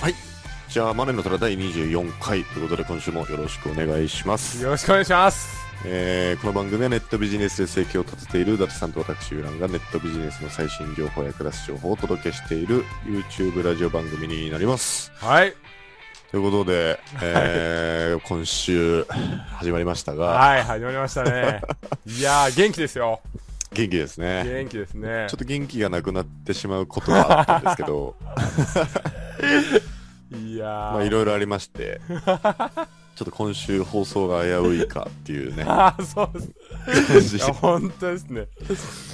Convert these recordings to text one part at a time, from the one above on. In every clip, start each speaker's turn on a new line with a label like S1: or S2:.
S1: はいじゃあマネの虎第24回ということで今週もよろしくお願いします
S2: よろしくお願いします
S1: えーこの番組はネットビジネスで生計を立てている伊達さんと私ユランがネットビジネスの最新情報やクラス情報をお届けしている YouTube ラジオ番組になります
S2: はい
S1: ということで、えー今週始まりましたが
S2: はい始まりました ねいやー元気ですよ
S1: 元気ですね
S2: 元気ですね
S1: ちょっと元気がなくなってしまうことはあったんですけ ど
S2: いやー
S1: まあいろいろありま してちょっと今週放送が危ういかっていうね
S2: あー そうです
S1: 感じ
S2: いや本当ですね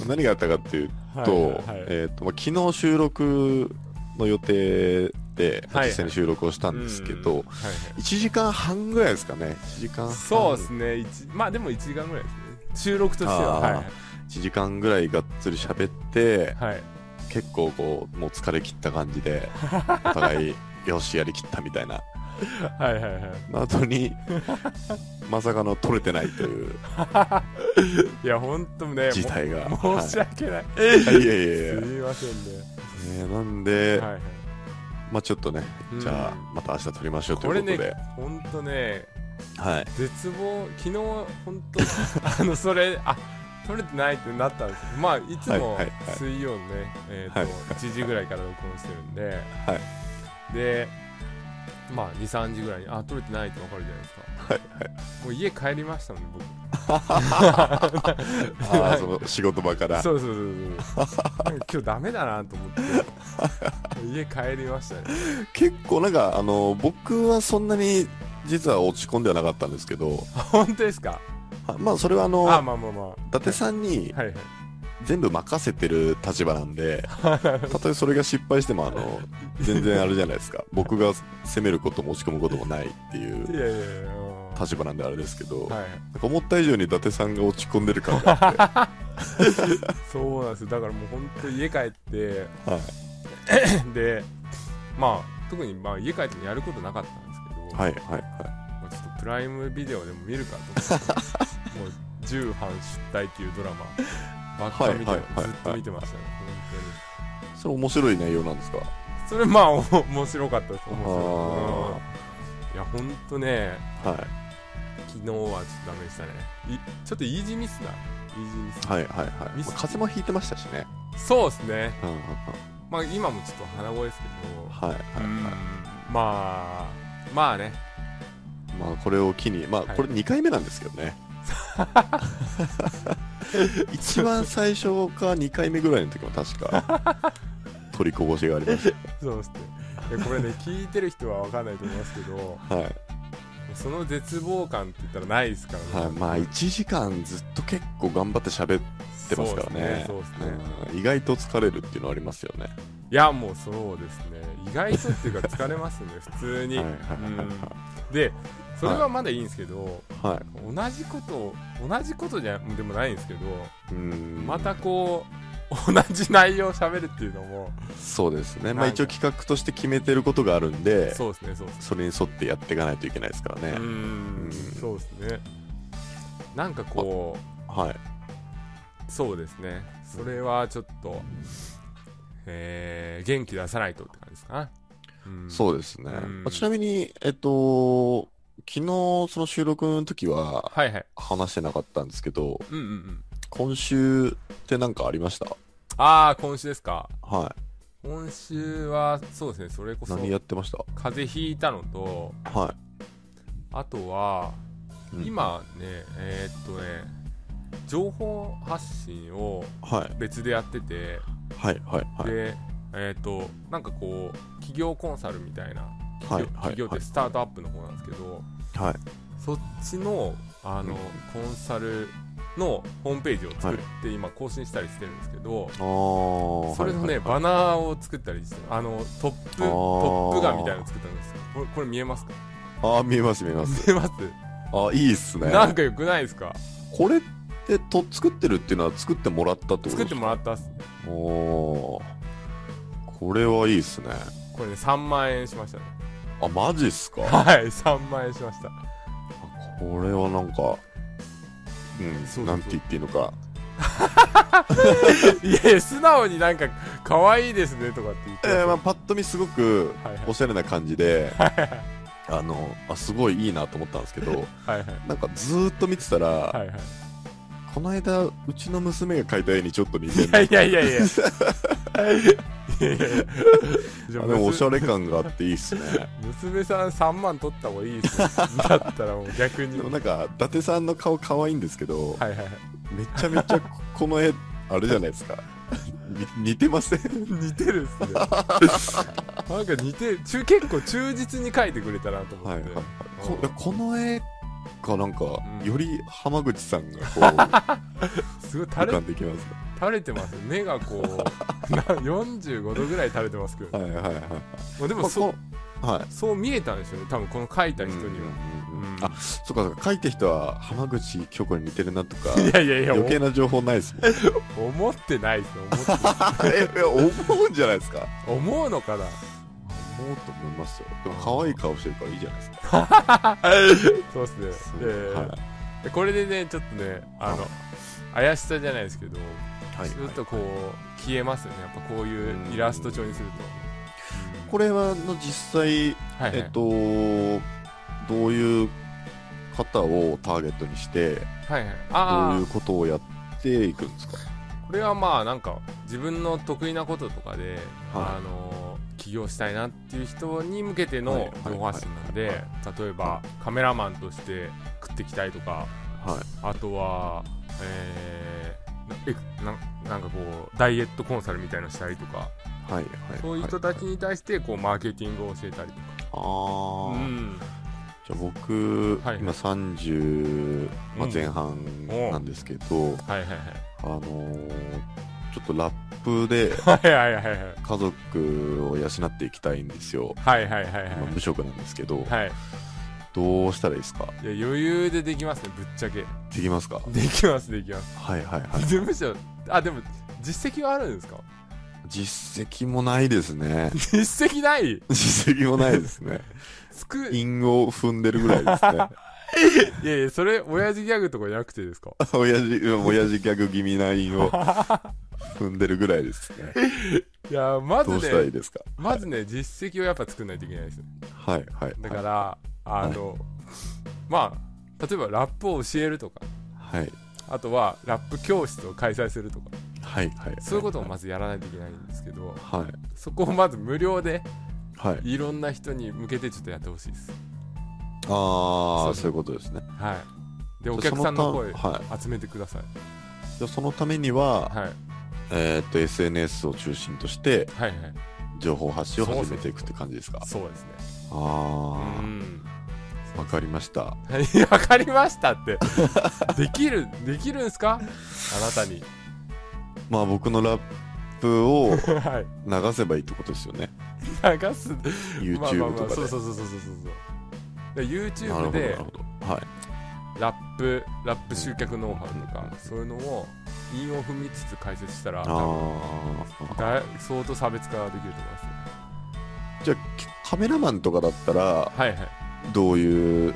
S1: 何があったかっていう
S2: はい
S1: と
S2: はいはい
S1: えーとまあ昨日収録の予定で、まあ
S2: はいはい
S1: 実際に収録をしたんですけ
S2: うん
S1: ど、
S2: はいはい
S1: 一1時間半ぐらいですかね1時間半
S2: そうですね一まあでも1時間ぐらいですね収録としては
S1: あ1時間ぐらいがっつり喋って
S2: はい、はい、
S1: 結構こうもう疲れ切った感じ でお互いよしやりきったみたいな
S2: はいはいはい
S1: の後 にまさかの取れてないという
S2: いや本当ね
S1: 事態が
S2: も申し訳ない、
S1: はい、いやいやいや
S2: すみませんね
S1: ねなんで、
S2: はいはい
S1: まあちょっとね
S2: うん
S1: じゃあまた明日撮りましょうと
S2: こ
S1: いう
S2: れ
S1: ことで、
S2: ね本当ね
S1: はい
S2: 絶望昨日本当 あのそれあ取れてないってなったんですけどまあいつも
S1: はいはいはい
S2: 水曜のね、えーと
S1: はい
S2: 1時ぐらいから録音してるんで、
S1: は
S2: でまあ23時ぐらいにあ取れてないって分かるじゃないですか
S1: はい
S2: もう家帰りましたもん僕
S1: はいあーその仕事場から
S2: そうそうそうそう なんか今日ダメだなと思って家帰りましたね
S1: 結構なんかあの僕はそんなに実は落ち込んではなかったんですけど
S2: あ本当ですか
S1: あまあそれはあの
S2: あまあまあま
S1: 伊達さんに
S2: あはいはい
S1: 全部任せてる立場なんでたとえそれが失敗してもあの全然あれじゃないですか僕が責めることも落ち込むこともないっていう
S2: いやいやいやうん
S1: 立場なんであれですけど、
S2: はい
S1: なんか思った以上に伊達さんが落ち込んでる 感があって
S2: そうなんですよだからもう本当家帰って、
S1: は
S2: でまあ特にまあ家帰ってもやることなかったんですけど、
S1: はいはいは
S2: まあ、ちょっとプライムビデオでも見るか と思ってもう「重版出隊」っていうドラマばっか見て、
S1: はいはいはいはい
S2: ずっと見てましたね本当に。
S1: いそれ面白い内容なんですか
S2: それまあお面白かったです面
S1: あ
S2: 白い、うん、いやほんとね
S1: は
S2: 昨日はちょっとダメでしたねいちょっとイージーミスなイージーミ
S1: い
S2: ス、
S1: はいはいはい、
S2: ミス
S1: まあ風も引いてましたしね、
S2: そうですね
S1: うんうんうん、
S2: まあ今もちょっと鼻声ですけ
S1: は
S2: ど、
S1: いはいはい、
S2: うんまあまあね
S1: まあこれを機にまあ
S2: はい
S1: これ2回目なんですけどね、 一番最初か2回目ぐらいの時も確か 取りこぼしがありまし
S2: そうですねいや これね聞いてる人は分かんないと思いますけど
S1: たはい、
S2: その絶望感って言ったらないですからね、
S1: はい、まあ1時間ずっと結構頑張って喋っ
S2: そ
S1: て
S2: うで
S1: ます
S2: す
S1: からね
S2: そうですね
S1: うん意外と疲れるっていうのはありますよね
S2: いやもうそうですね意外とっていうか疲れますね普通に、
S1: はいはいはいはい
S2: うんでそれはまだいいんですけど、
S1: は
S2: 同じことを同じことじゃでもないんですけど、
S1: いうん
S2: またこう同じ内容を喋るっていうのも
S1: そうですねま
S2: な
S1: あ
S2: んか
S1: 一応企画として決めてることがあるんで
S2: そうですねそうですね
S1: それに沿ってやっていかないといけないですから
S2: う
S1: ね、
S2: んそうですねなんかこ
S1: はいう
S2: そうですねそれはちょっとえー、元気出さないとって感じですかな、うん、う
S1: そうですね。
S2: うん
S1: まあちなみに、えっと、昨日その収録の時は
S2: はいはい
S1: 話してなかったんですけど、
S2: うんうんうん
S1: 今週って何かありました
S2: ああ今週ですか
S1: は
S2: 今週はそうですねそれこ
S1: い。
S2: そ
S1: 何やってました
S2: 風邪ひいたのと
S1: は
S2: あとは、
S1: い。うん、
S2: 今ねえーっとね情報発信を
S1: はい。
S2: 別でやってて、
S1: はい、はい、はい。
S2: でえーっとなんかこう企業コンサルみたいな
S1: はい
S2: 企業,、
S1: はい
S2: ってスタートアップの方なんですけど
S1: はい。
S2: そっちのあの、
S1: うん
S2: コンサルのホームページを作って今更新したりしてるんですけど、
S1: あー。
S2: それのね、
S1: はいはい
S2: バナーを作ったりしてあのトップ
S1: あー
S2: トップガンみたいなの作ったんですよこれこれ見えますか
S1: あー、見えます、見え ます。
S2: 見えます
S1: あー、いいっすね。
S2: なんかよくないですか
S1: これってと、作ってるっていうのは作ってもらったってこと
S2: 作っても
S1: ら
S2: らったっす
S1: おー。これはいいですね。
S2: これね3万円しましたね
S1: あ、マジっす か
S2: はい3万円しました
S1: これはなんか、うん、
S2: そうそう
S1: なんて言っていいのか。
S2: いやいや素直になんか可愛いですねとかって言って
S1: え
S2: ます
S1: ーまあ、パッと見すごく
S2: はいはい
S1: おしゃれな感じ で、あのあ、すごいいいなと思ったんですけど、
S2: はいはい
S1: なんかずーっと見てたら、
S2: はいはい
S1: この間、うちの娘が描いた絵にちょっと似てる
S2: い
S1: な
S2: やい やいやいやいやいやいやじゃ
S1: あ
S2: あ
S1: でもおし
S2: 娘
S1: ゃれ感があっていいっすね。
S2: 娘さん3万取った方がい いですよだったらもう逆に
S1: でもなんか、伊達さんの顔可愛いんですけど、
S2: はいはいはい
S1: めちゃめちゃ ここの絵、あれじゃないですか。に似てません
S2: 似てるっすね なんか似てる中結構忠実に描いてくれたなと思
S1: は
S2: っ
S1: い
S2: て、
S1: はいはいこいやこの絵がなんか、
S2: うん
S1: より浜口さんがこ、
S2: すごいう垂
S1: 浮
S2: れ
S1: かんできますね。
S2: 垂れてますね目がこう な45度ぐらい垂れてますけど、
S1: はいはいはい。
S2: まあで
S1: ま
S2: も
S1: あ
S2: そう
S1: このはい。
S2: そう見えたんでしょうね多分この描いた人には、
S1: うんうんうん
S2: うん
S1: あそっかそっか書いた人は浜口京子に似てるなとか
S2: いやいやいや
S1: 余計な情報ない ですもん
S2: お思ってないです思って
S1: えいや思うんじゃないですか
S2: 思うのかな
S1: 思うと思いますよでも可愛い顔してるからいいじゃないですか
S2: そうですね、えー
S1: はい
S2: でこれでねちょっとねあの怪しさじゃないですけど、
S1: はい
S2: ずっとこう消えますよねやっぱこういうイラスト調にすると
S1: これはの実際
S2: れ、はいはい
S1: えっとどういう方をターゲットにして
S2: はいはい、
S1: どう
S2: あ
S1: い
S2: あ
S1: うことをやっていくんですか
S2: これはまあなんか自分の得意なこととかで、
S1: はい
S2: あのー起業したいなっていう人に向けて
S1: はいは
S2: の
S1: い
S2: 情報発信なん
S1: はい
S2: で例えばカメラマンとして食っていきたいとか
S1: はい
S2: あとはえーなえななんかこうダイエットコンサルみたいなのしたりとか
S1: はいはい
S2: そういう人たち
S1: はい
S2: に対してこうマーケティングを教えたりとか、
S1: ああ、
S2: うん
S1: じゃあ僕、
S2: はい
S1: 今30、まあ
S2: うん
S1: 前半なんですけど、
S2: はいはい
S1: あのーちょっとラップ で
S2: はいはいはいはいはい
S1: 家族を養っていきたいんですよ。
S2: はいはいはい
S1: まあ無職なんですけど、
S2: はいはい
S1: どうしたらいいですか
S2: いや余裕でできますねぶっちゃけ
S1: できますか
S2: できますできます
S1: はいはいはい。
S2: 事務所あでも実績はあるんですか。
S1: 実績もないですね
S2: 実績ない
S1: 実績もないですね。
S2: つくい
S1: 韻を踏んでるぐらいです ね。
S2: やいやそれ親父ギャグとかじゃなくてですか
S1: 親父、親父ギャグ気味な 韻を踏んでるぐらいですね。
S2: いやま
S1: ど
S2: ず
S1: うしたらい
S2: ね
S1: いですか
S2: まずね実績をやっぱ作んないといけないですよ
S1: はいはい。
S2: だから、あの、まあ例えばラップを教えるとか
S1: はい。
S2: あとはラップ教室を開催するとか
S1: はいはい。
S2: そういうことをまずやらないといけないんですけど
S1: はい。
S2: そこをまず無料で
S1: はい。
S2: いろんな人に向けてちょっとやってほしいです
S1: あ
S2: そ
S1: あ、
S2: う
S1: そういうことですね。
S2: はいでお
S1: じゃあ
S2: 客さんの
S1: そ
S2: 声
S1: たはい。
S2: 集めてください
S1: じゃあそのためには、
S2: はい
S1: えーっと SNS を中心として
S2: はいはい
S1: 情報発信を始めていくって感じですか
S2: そうですねう
S1: あ
S2: ん
S1: あわかりました
S2: はい わかりましたって できるできるんすかあなたに
S1: まあ僕のラップを
S2: はい
S1: 流せばいいってことですよ ね
S2: 流す
S1: YouTube とか
S2: そう
S1: で
S2: そうそうそうそうそうで
S1: なる
S2: YouTube
S1: ほどなる
S2: で
S1: ほどはい
S2: ラップラップ集客ノウハウとかそういうのを韻を踏みつつ解説したら
S1: あ
S2: 多分
S1: ー
S2: だ相当差別化ができると思いますよ
S1: じゃあきカメラマンとかだったら
S2: はいはい
S1: どういう流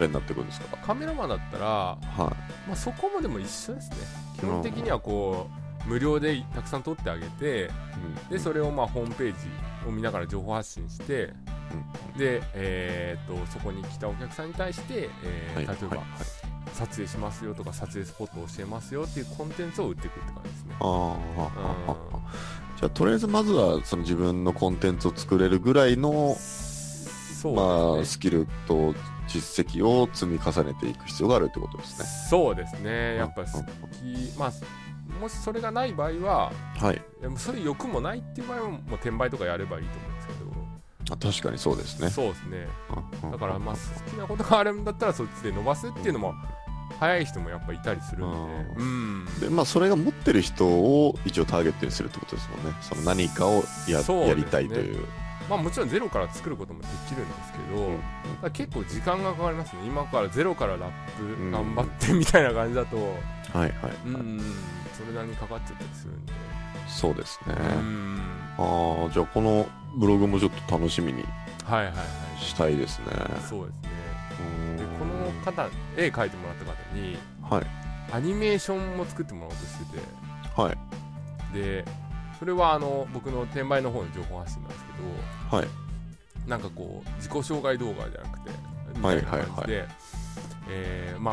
S1: れになってくるんですか
S2: カメラマンだったら、ま
S1: はい
S2: あ、そこもでも一緒ですね基本的にはこう無料でたくさん撮ってあげて
S1: うん
S2: でそれをまあホームページを見ながら情報発信して、で、えーっとそこに来たお客さんに対して、えー
S1: はい
S2: 例
S1: はい
S2: えば、撮影しますよとか撮影スポットを教えますよっていうコンテンツを売っていくって感じですね。
S1: あー
S2: う
S1: あーじゃあとりあえずまずはその自分のコンテンツを作れるぐらいの
S2: ん、そう
S1: ま
S2: で
S1: あ、
S2: すね
S1: スキルと実績を積み重ねていく必要があるってことですね。
S2: そうですねやっぱ
S1: うん
S2: 好き、まあ、もしそれがない場合は
S1: はい。
S2: でもそういう欲もないっていう場合はもう転売とかやればいいと思うんですけ
S1: あ確かにそうです
S2: ど、
S1: ね。
S2: そうですね
S1: うん
S2: だからまあ好きなことがあるんだったらそっちで伸ばすっていうのも早い人もやっぱいたりするんでうん
S1: で、まあ、それが持ってる人を一応ターゲットにするってことですもんね。その何かをや,、
S2: そうですね
S1: やりたいという。
S2: まあもちろんゼロから作ることもできるんですけど、
S1: ん
S2: だから結構時間がかかりますね今からゼロからラップ頑張ってみたいな感じだと
S1: はいはい、
S2: うん、それなりにかかっちゃったりするんで
S1: そうですね。
S2: うん
S1: ああ、じゃあこのブログもちょっと楽しみに
S2: はいはいはい
S1: したいですね。
S2: そうですね
S1: う
S2: で
S1: ーん
S2: この方絵描いてもらった方に
S1: はい。
S2: アニメーションも作ってもらおうとしてて
S1: はい。
S2: でそれはあの僕の転売の方の情報発信なんですけ
S1: はい。
S2: どなんかこう自己紹介動画じゃなくてみ
S1: は
S2: た
S1: い
S2: いな
S1: はいはい
S2: 感じでえーま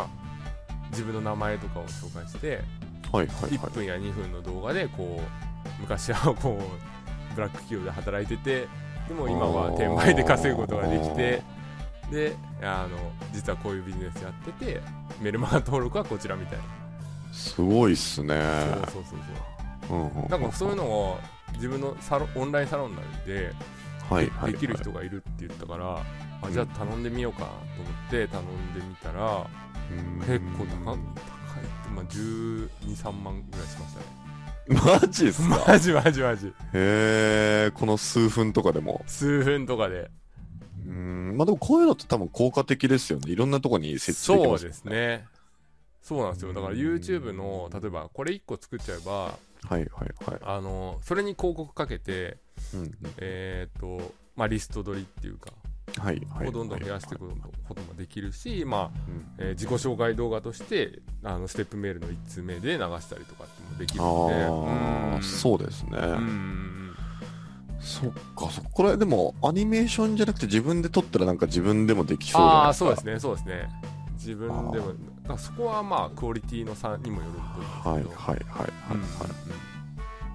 S2: あ自分の名前とかを紹介して
S1: はい。はい。は
S2: 1
S1: い。
S2: 分や2分の動画でこう昔はこうブラック企業で働いててでも今は転売で稼ぐことができてであの実はこういうビジネスやっててメルマガ登録はこちらみたい
S1: すごいっすね。
S2: なそうそうそうそ
S1: う
S2: う
S1: んうん
S2: なんかそういうのを自分のサロンオンラインサロンなんで
S1: はいはい
S2: できる人がいるって言ったから、あじゃあ頼んでみようかなと思って頼んでみたら、結構高
S1: う
S2: い
S1: ん
S2: 高いって、まあ、1 2 3万ぐらいしましたね
S1: マジっすか
S2: マジマジマジ
S1: へえこの数分とかでも
S2: 数分とかで
S1: うんまあでもこういうのって多分効果的ですよねいろんなとこに設置でき
S2: そ
S1: ま
S2: う
S1: す
S2: ですねそうなんですよだから YouTube の例えばこれ1個作っちゃえば
S1: はいはいはい
S2: あのそれに広告かけて
S1: うんうん
S2: えっ、とまあリスト取りっていうか
S1: はいはい
S2: をどんどん増やしていくこともできるしまあ
S1: うん
S2: えー自己紹介動画としてあのステップメールの1通目で流したりとかってもできるので
S1: ああ
S2: う
S1: そうですね
S2: んうんうん
S1: そっかそっかこれでもアニメーションじゃなくて自分で撮ったらなんか自分でもできそうじゃない
S2: ああ
S1: で
S2: ー
S1: す
S2: そ
S1: か
S2: うですねそうですね自分で
S1: あ
S2: もだからそこはまあクオリティの差にもよると
S1: は
S2: 思う
S1: い
S2: ん
S1: は
S2: ですけ
S1: い
S2: ど
S1: はいはい、
S2: うん
S1: はい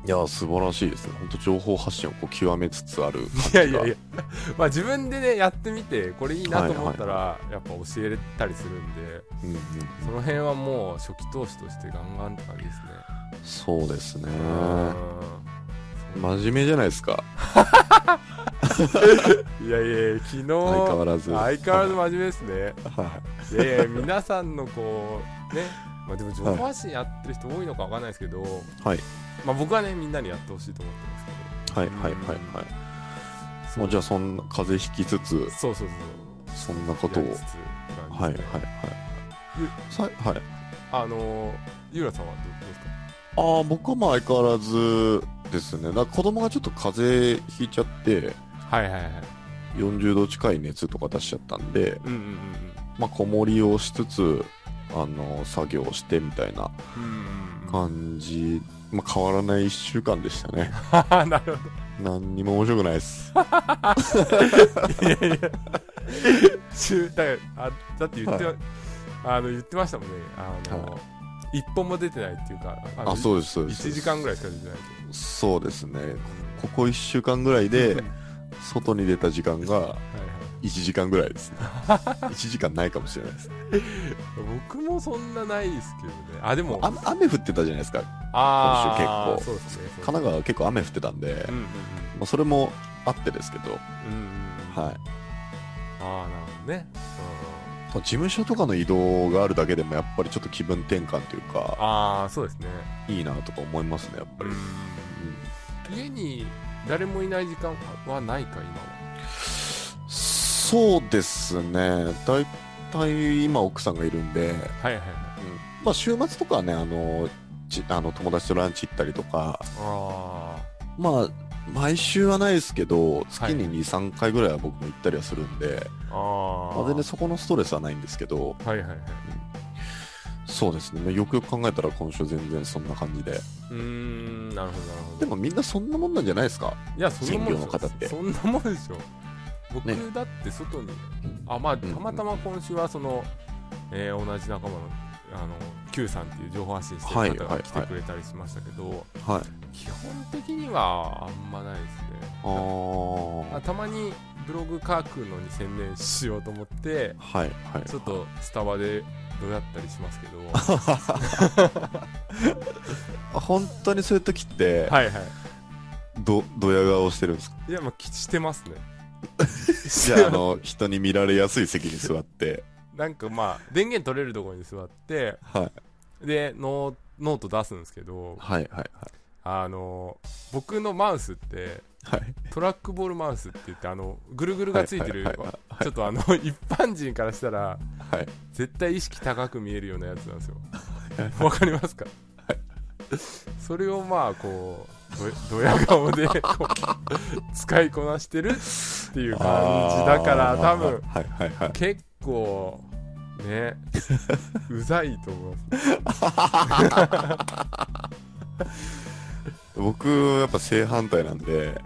S1: いやー素晴らしいですね本当情報発信をこう極めつつある感じ
S2: い
S1: が
S2: やいやいや まあ自分でねやってみてこれいいなと思ったらやっぱ教えれたりするんで
S1: うんうん
S2: その辺はもう初期投資としてガンガンって感じですね
S1: そうですね
S2: うん
S1: 真面目じゃないですか
S2: いやいや昨日
S1: 相変わらず
S2: 相変わらず真面目ですね
S1: はい
S2: やいや皆さんのこうね、まあ、でも情報発信やってる人多いのかわかんないですけど、
S1: はい
S2: まあ、僕はねみんなにやってほしいと思ってますけ
S1: いはいはいはいはいもうじゃあそんな風邪ひきつつ
S2: どそうそう
S1: そ
S2: そう
S1: んなことを
S2: やりつつって感じ
S1: はいはい
S2: です
S1: は
S2: ね
S1: い
S2: ゆ
S1: さはい
S2: あのーゆうらさんはどうどうですか
S1: ああ僕はまあ相変わらずですねだから子供がちょっと風邪ひいちゃって
S2: はいはいはい
S1: 40度近い熱とか出しちゃったんで、
S2: うんうんうん
S1: まあ、子守りをしつつあの作業してみたいな
S2: うんうん うん
S1: 感じ、まあ、変わらない1週間でしたね
S2: うんなるほ
S1: 何にも面白くないです
S2: どいやいや中だからあだって言って、
S1: はい
S2: あの言ってましたもんねあのー、
S1: は
S2: 一本も出てないっていうかあの
S1: あそうですそうです
S2: 1時間ぐらいしか出てない
S1: そうですねこ
S2: と
S1: こ1週間ぐらいで
S2: うん
S1: 外に出た時間が
S2: はいはい
S1: 1時間ぐらいですね 1時間ないかもしれないです
S2: 僕もそんなないですけどねあでも
S1: あ雨降ってたじゃないですか
S2: あ
S1: 今週
S2: ー
S1: 結構
S2: そうです
S1: 神
S2: ねそうですね
S1: 奈川は結構雨降ってたんで、
S2: うんうん
S1: まあ、それもあってですけど、
S2: うんうんうん
S1: はい
S2: ああなるほどね、
S1: まあ事務所とかの移動があるだけでもやっぱりちょっと気分転換という
S2: うん、
S1: か
S2: ああそうですね、
S1: いいなとか思いますねやっぱり、うん
S2: 家に誰もいない時間はないか
S1: そうですね大体今奥さんがいるんで、
S2: 今ははいはいはい
S1: まあ、週末とかはねあのちあの友達とランチ行ったりとか
S2: あ
S1: まあ毎週はないですけど月に
S2: は
S1: 23、3回ぐらいは僕も行ったりはするんで、
S2: ーあ
S1: まあ、
S2: ー
S1: 全然そこのストレスはないんですけど
S2: はいはいはい
S1: そうですねよくよく考えたら今週全然そんな感じで
S2: うーんなるほどなるほど
S1: でもみんなそんなもんなんじゃないですか
S2: いやそんなもんで
S1: 専
S2: し
S1: 業の方って
S2: ょそんなもんでしょ僕
S1: ね
S2: だって外に、あまあた
S1: ん
S2: またま今週はその、えー同じ仲間のあの Q さんっていう情報発信して
S1: はい
S2: る方
S1: はい
S2: が来てくれたりしましたけど、
S1: はい
S2: 基本的にはあんまないですね
S1: あー
S2: あたまにブログ書くのに専念しようと思って
S1: はいはい
S2: ちょっとスタバでどうやったりしますけど
S1: 本当にそういう時って、
S2: はいは
S1: どドヤ顔してるんですか
S2: いいやまあきしてますね
S1: じゃああの人に見られやすい席に座って
S2: なんかまあ電源取れるところに座って
S1: はい
S2: でノーノート出すんですけど
S1: はいはい
S2: あの僕のマウスって
S1: はいはい
S2: トラックボールマウスって言ってあのぐるぐるがついてる、
S1: はいはいはいはい
S2: ちょっとあの一般人からしたら
S1: はい
S2: 絶対意識高く見えるようなやつなんですよわかりますかそれをまあこうドドヤ顔でこう使いこなしてるっていう感じだから多分
S1: はいはいはい
S2: 結構ねうざいと思います
S1: 僕やっぱ正反対なんで、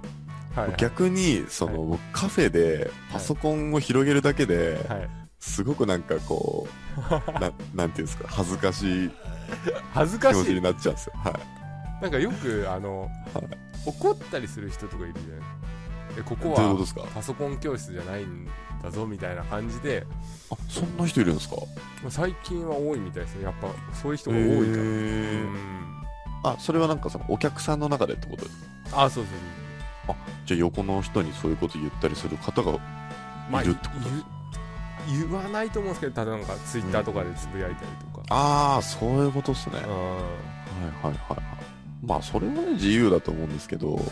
S2: はいはい
S1: 逆にその、僕カフェでパソコンを広げるだけで、
S2: はい
S1: すごくなんかこ うななんていうんですか恥ずかしい
S2: 恥ず
S1: 気
S2: か
S1: 持ち
S2: し
S1: に
S2: い
S1: なっちゃうんですよはい
S2: なんかよくあの
S1: はい
S2: 怒ったりする人とかいるじゃないえここ
S1: どういうこと
S2: は
S1: ですか
S2: パソコン教室じゃないんだぞみたいな感じで
S1: あそんな人いるんですか
S2: まあ最近は多いみたいですねやっぱそういう人
S1: へ
S2: が多いから、う
S1: ー
S2: ん
S1: あそれはなんかそのお客さんの中でってことですか
S2: あそうそうそう
S1: じゃあ横の人にそういうこと言ったりする方がいるってこと
S2: 言言わないと思うんですけどただなんかツイッターとかでつぶやいたりとか、
S1: ああそういうことっすね、
S2: うん、は
S1: はいはいはいはいまあそれはね自由だと思うんですけど、
S2: いはい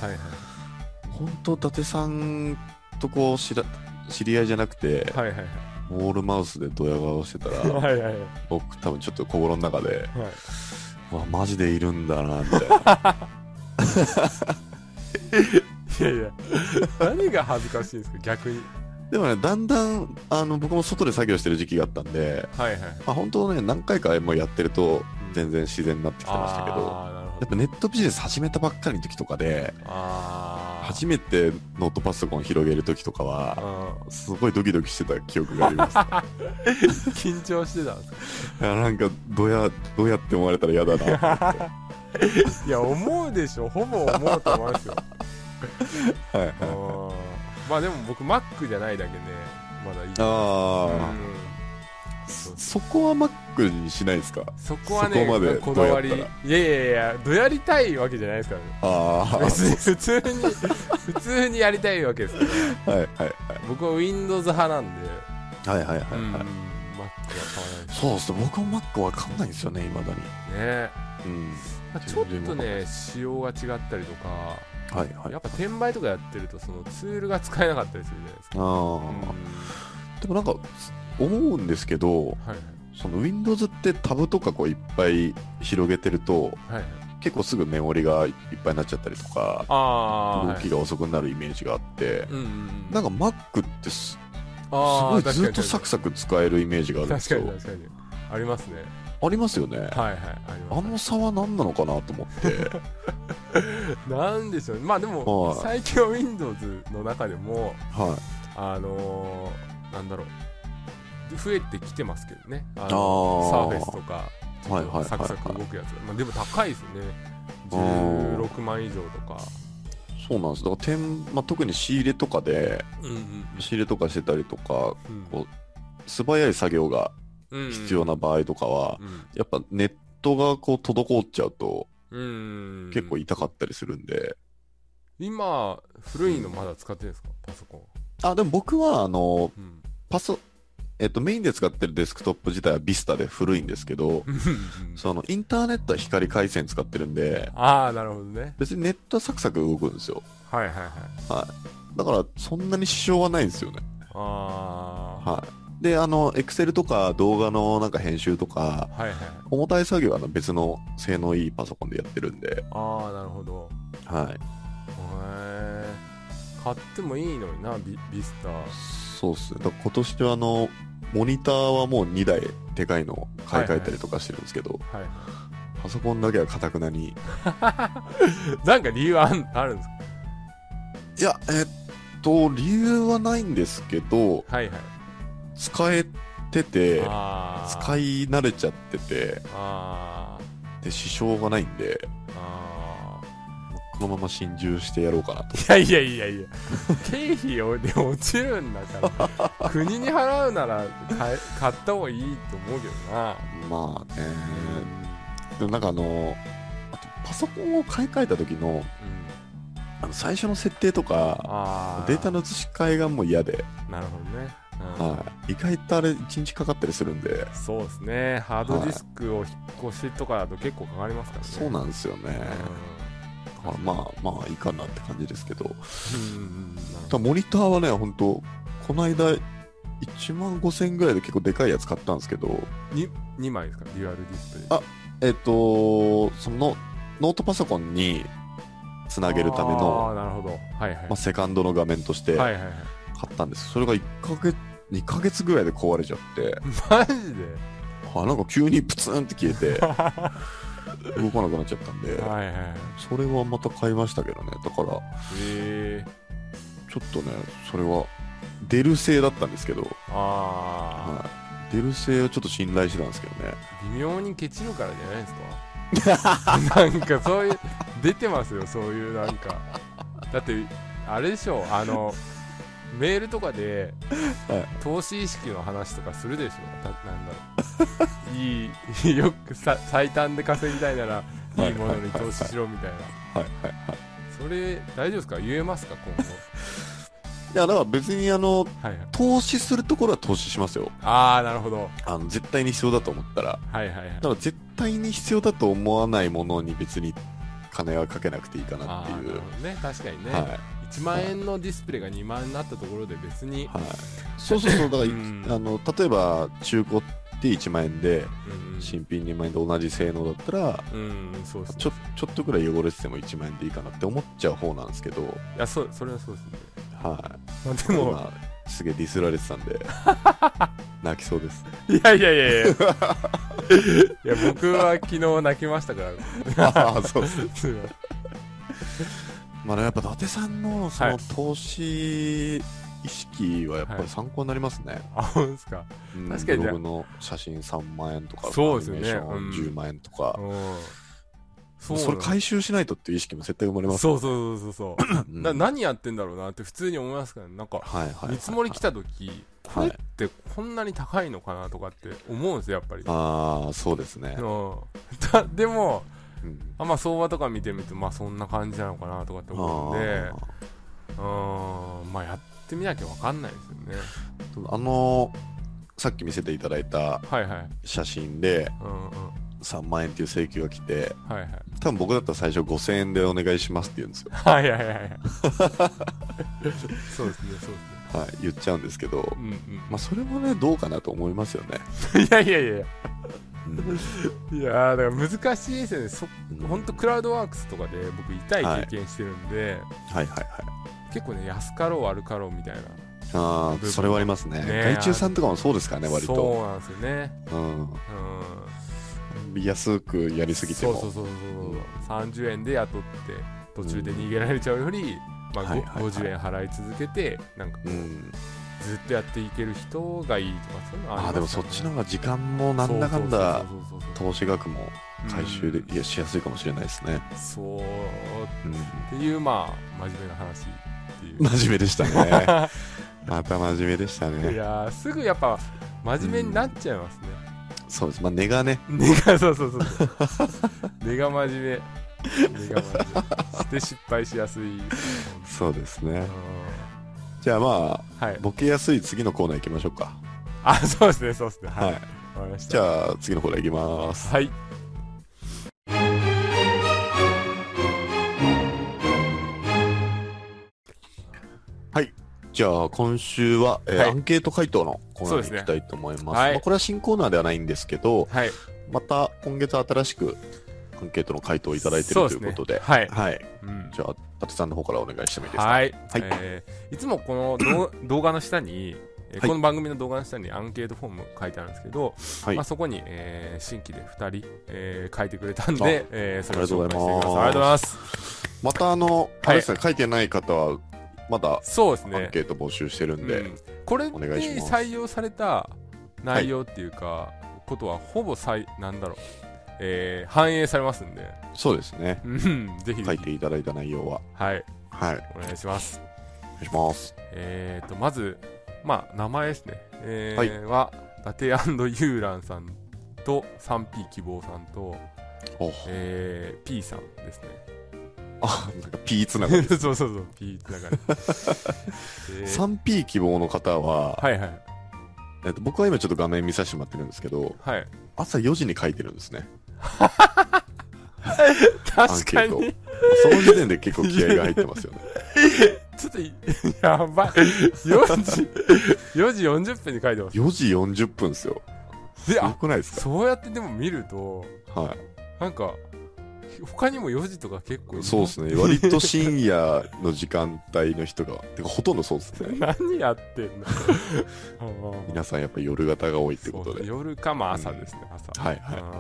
S1: 本当伊達さんとこう知ら知り合いじゃなくて、
S2: はいはいはい
S1: モールマウスでドヤ顔してた ら
S2: はいはいはい
S1: 僕多分ちょっと心の中で
S2: はいう
S1: わマジでいるんだなみたいな
S2: いやいや何が恥ずかしいんですか逆に
S1: でもねだんだんあの僕も外で作業してる時期があったんで、
S2: はいはいはい
S1: まあ、本当ね何回かもうやってると全然自然になってきてましたけど
S2: あーなるほ
S1: や
S2: ど
S1: っぱネットビジネス始めたばっかりの時とかで
S2: あー
S1: 初めてノートパソコン広げる時とかは
S2: う
S1: すごいドキドキしてた記憶があります い
S2: ん緊張してたんですか
S1: やなんかどやどうやって思われたら嫌だな
S2: いや思うでしょほぼ思うと思いますよ
S1: はいはい
S2: うんまあでも僕 Mac じゃないだけでまだいい
S1: あ
S2: うん
S1: あ、そそこはマックにしないですか
S2: そこはね
S1: そこまで
S2: こだわりい
S1: どう
S2: や
S1: やっ
S2: いやいやどやりたいわけじゃないですからね
S1: あ
S2: 別に普通に普通にやりたいわけですから
S1: あ、はいはいはい
S2: 僕は Windows 派なんで、
S1: はいはいはい、
S2: うん、Mac
S1: は
S2: はい買わないです
S1: そうですね、僕もマックわかんないんですよね、いまだに。
S2: ね
S1: うん。
S2: まあちょっとね仕様が違ったりとか
S1: はいはい。
S2: やっぱ転売とかやってるとそのツールが使えなかったりするじゃないですか
S1: ああ、でもなんか、思うんですけど、
S2: うんはい
S1: その Windows ってタブとかこういっぱい広げてると、
S2: はいはいはい
S1: 結構すぐメモリがいっぱいになっちゃったりとか、
S2: ああ
S1: 動きが遅くなるイメージがあって、
S2: うんうん
S1: なんか
S2: か
S1: マックってす
S2: す
S1: すごいずっとサクサク使えるイメージがあるんです
S2: 確か
S1: よ
S2: に。確かにありますね
S1: ありますよね。
S2: はいはいあり
S1: あ
S2: ます
S1: の差は何なのかなと思って。
S2: なんでしょうねまあで
S1: は
S2: も
S1: い
S2: 最近は Windows の中でも
S1: はい。
S2: あのーなんだろう増えてきてますけどねあの
S1: あー
S2: サーフェスとかち
S1: はいはいはいは
S2: ょっ
S1: い
S2: とサクサク動くやつ、まあ、でも高いですよね16万以上とか
S1: そうなんです。だから転、まあ、特に仕入れとかで、
S2: うんうん
S1: 仕入れとかしてたりとか、
S2: うん
S1: こ素早い作業が
S2: うんうん
S1: 必要な場合とかは、
S2: うん
S1: やっぱネットがこう滞っちゃうと
S2: うん
S1: 結構痛かったりするんで。
S2: 今古いのまだ使ってるんですかパソコ
S1: あ、でも僕は、あの、
S2: ン、うん
S1: パソ、えっと、メインで使ってるデスクトップ自体は Vista で古いんですけど、そのインターネットは光回線使ってるんで、
S2: ああなるほどね
S1: 別にネットはサクサク動くんですよ。
S2: はいはいはい
S1: だから、そんなに支障はないんですよね。
S2: あ
S1: はい。で、あの、Excel とか動画のなんか編集とか、
S2: あはいはい
S1: 重たい作業はあの別の性能いいパソコンでやってるんで、
S2: ああなるほど
S1: はい、
S2: へえ買ってもいいのになビビスタ
S1: そうっすね。だから今年はあの、モニターはもう2台でかいのを買い替えたりとかしてるんですけど、
S2: はいは
S1: パソコンだけはかたくなに。
S2: いなんか理由あんあるんです
S1: いや、えっと、理由はないんですけど、
S2: かはいはい
S1: 使えてて、
S2: ああ
S1: 使い慣れちゃってて、
S2: あ
S1: で、支障がないんで、
S2: ーあ
S1: このまま心中してやろうかなと。
S2: ーいやいやいやいや経費をで落ちるんだから国に払うなら買え買った方がいいと思うけどな
S1: まあね、でもなんかあの、あとパソコンを買い替えた時の、
S2: うん
S1: あの最初の設定とか、
S2: あ
S1: データの移し替えがもう嫌で、
S2: なるほどね、うん
S1: はい、意外とあれ1日かかったりするんで、
S2: そうですねハードディスクを引っ越しとかだと結構かかりますからね
S1: そうなんですよね、だからまあまあいいかなって感じですけど
S2: うんうんうんなるほ
S1: ただ
S2: ど
S1: モニターはね本当この間1万5000円ぐらいで結構でかいやつ買ったんですけど
S2: に2枚ですかデュアルディスプレイ
S1: あえっ、とそのノートパソコンにつなげるため
S2: あ
S1: の
S2: ーなるほどはいはい、
S1: まあ、セカンドの画面として
S2: はい
S1: 買
S2: はいはい
S1: ったんです、それが1ヶ月2ヶ月ぐらいで壊れちゃって
S2: マジで
S1: あなんか急にプツンって消えて 動かなくなっちゃったんで
S2: はいはいはい
S1: それはまた買いましたけどねだからちょ
S2: えー、
S1: っとねそれはデル製だったんですけど、
S2: あ
S1: はい、デル製をちょっと信頼してたんですけどね
S2: あ微妙にケチるからじゃないですか なんかそういう出てますよそういうなんかだってあれでしょあのメールとかで、
S1: はい
S2: 投資意識の話とかするでしょだなんだろういい よくさ最短で稼ぎたいならいいものに投資しろみたいな
S1: はいはい
S2: それ大丈夫ですか言えますか今後
S1: いやだから別にあの
S2: はいはい
S1: 投資するところは投資しますよ
S2: ああなるほど
S1: あの絶対に必要だと思ったら
S2: はいはいはい
S1: だから絶対に必要だと思わないものに別に金はかけなくていいかな
S2: あ
S1: って
S2: あ
S1: い
S2: な
S1: う
S2: るほどね確かにね、
S1: は
S2: 1万円のディスプレイが2万円になったところで別
S1: い、
S2: に、
S1: はい、そうそうそうだから、
S2: うん
S1: あの例えば中古って1万円で
S2: うん
S1: 新品2万円で同じ性能だったら
S2: うん、うん、そうですね
S1: ちょちょっとぐらい汚れてても1万円でいいかなって思っちゃう方なんですけど、
S2: いやそうそれはそうですね、
S1: は
S2: まあ、で
S1: い、
S2: も
S1: 今すげえディスられてたん で泣きそうです
S2: いやい やいやいやいや僕は昨日泣きまし たから
S1: ああそうです
S2: すごい
S1: まあやっぱ伊達さんのそ
S2: は
S1: の
S2: い
S1: 投資意識はやっぱ
S2: は
S1: り
S2: い
S1: 参考になりますね、
S2: あ本当ですか
S1: うん
S2: 確かに
S1: ブ
S2: じゃあ
S1: ログの写真3万円とか
S2: そうですよね
S1: アニメーション
S2: うん
S1: 10万円とか、
S2: うん
S1: そうれ回収しないとっていう意識も絶対生まれます、
S2: そうそうそうそうそう う、
S1: ん
S2: な何やってんだろうなって普通に思いますからねなんか
S1: はいはいはい
S2: 見積もり来た時こ
S1: は
S2: れ
S1: い
S2: ってこんなに高いのかなとかって思うんですよやっぱり、
S1: ああそうですね、
S2: うんだでも
S1: うん
S2: あまあ相場とか見てみるとまあそんな感じなのかなとかって思うんで
S1: あ
S2: うーんまあやってみなきゃわかんないですよね
S1: ーあのさっき見せていただいた
S2: はいはい
S1: 写真で
S2: うんうん
S1: 3万円っていう請求が来て
S2: はいはい
S1: 多分僕だったら最初5000円でお願いしますって言うんですよ、
S2: はいはいはい はいそうですねそうですね
S1: はい、言っちゃうんですけど
S2: うんうん
S1: まあそれもねどうかなと思いますよね、
S2: いやいやいやいや
S1: うん
S2: いやーだから難しいですよねそ本当クラウドワークスとかで僕痛い経験してるんで、
S1: はいはいはい
S2: 結構ね安かろう悪かろうみたいな
S1: ああそれはありますね
S2: ね
S1: 外注さんとかもそうですからね割
S2: そ
S1: と
S2: うなんですよね
S1: うん
S2: うん
S1: 安くやりすぎても
S2: そうそうそうそうそう、30円で雇って途中で逃げられちゃうより、ま
S1: は
S2: あ
S1: いはいはい
S2: 50円払い続けてなんか
S1: うん、
S2: ずっとやっていける人がいいとかそういうの
S1: あ
S2: は
S1: あ
S2: あ
S1: で
S2: り
S1: も
S2: ます
S1: そ
S2: よ
S1: っ
S2: ね
S1: ちの方が時間もなんだかんだ
S2: そうそうそうそう
S1: 投資額も
S2: そう
S1: 回収で、いやしやすいかもしれないですね、
S2: うんそう
S1: うん、
S2: っていうまあ真面目な話っていう、
S1: 真面目でした ねまた真面目でした
S2: い
S1: ね
S2: やーすぐやっぱ真面目になっちゃいますね、
S1: そうですまあ根がね
S2: 根が そうそうそうそう根が真面目根が真面目して失敗しやすい、うん
S1: そうですねじゃあまあ
S2: はい
S1: ボケやすい次のコーナー行きましょうか
S2: あそうですねそうですね
S1: は、
S2: はいい、わかりました
S1: じゃあ次のコーナー行きます
S2: はい
S1: じゃあ今週は、えー
S2: はい
S1: アンケート回答のコー
S2: そう
S1: ナーに
S2: です
S1: 行
S2: ね
S1: きたいと思います
S2: はい
S1: まあ、これは新コーナーではないんですけど
S2: はい
S1: また今月新しくアンケートの回答をいただいてるということで
S2: そうすねはい、
S1: はい
S2: うん
S1: じゃあ、伊達さんの方からお願いしてもいいですか。
S2: はい
S1: はい
S2: えーいつもこ の動動画の下に、えー
S1: はい
S2: この番組の動画の下にアンケートフォーム書いてあるんですけど、
S1: はい
S2: まあ、そこに、えー新規で2人、えー書いてくれたん
S1: あ
S2: で、えーそれを紹介し
S1: あり
S2: てい
S1: が
S2: き
S1: とう
S2: ま
S1: ございます
S2: すありがとうございます
S1: また、あの、あれですね、書いてない方は、まだ
S2: そうです
S1: アン
S2: ね、
S1: ケート募集してるん
S2: う
S1: で
S2: ん、これで
S1: お願いします
S2: 採用された内容っていうか、ことはほぼさいなんだろう、えー反映されますんで
S1: そうですね。
S2: うんぜひ
S1: 書
S2: ぜ
S1: い
S2: ひ
S1: ていただいた内容は、
S2: はい
S1: はい、
S2: お願いします
S1: お願いします。
S2: えー、とまず、まあ、名前ですね、えーは伊達ユーランさんと 3P 希望さんと、
S1: お
S2: えー、P さんですね。
S1: あ、なんか P つながり。
S2: そうそうそう、P つ ながり。えー
S1: 3P 希望の方は、
S2: はいはい
S1: えっと、僕は今ちょっと画面見させてもらってるんですけど、
S2: はい。
S1: 朝4時に書いてるんですね。
S2: 確か
S1: アンケ
S2: に、
S1: その時点で結構気合が入ってますよね。
S2: ちょっといやばい。4時、4時40分に書いてます。
S1: 4時40分ですよ。
S2: ですあ
S1: ごくないです
S2: そうやってでも見ると、
S1: かはい。
S2: なんか、他にも4時とか結構いる
S1: そうですね。割と深夜の時間帯の人が、てかほとんどそうですね。
S2: 何やってんの あ
S1: 皆さんやっぱ夜型が多いっ
S2: ー
S1: てこと
S2: そう
S1: で。
S2: 夜かまあ朝ですね、朝
S1: はい
S2: あー
S1: は
S2: なる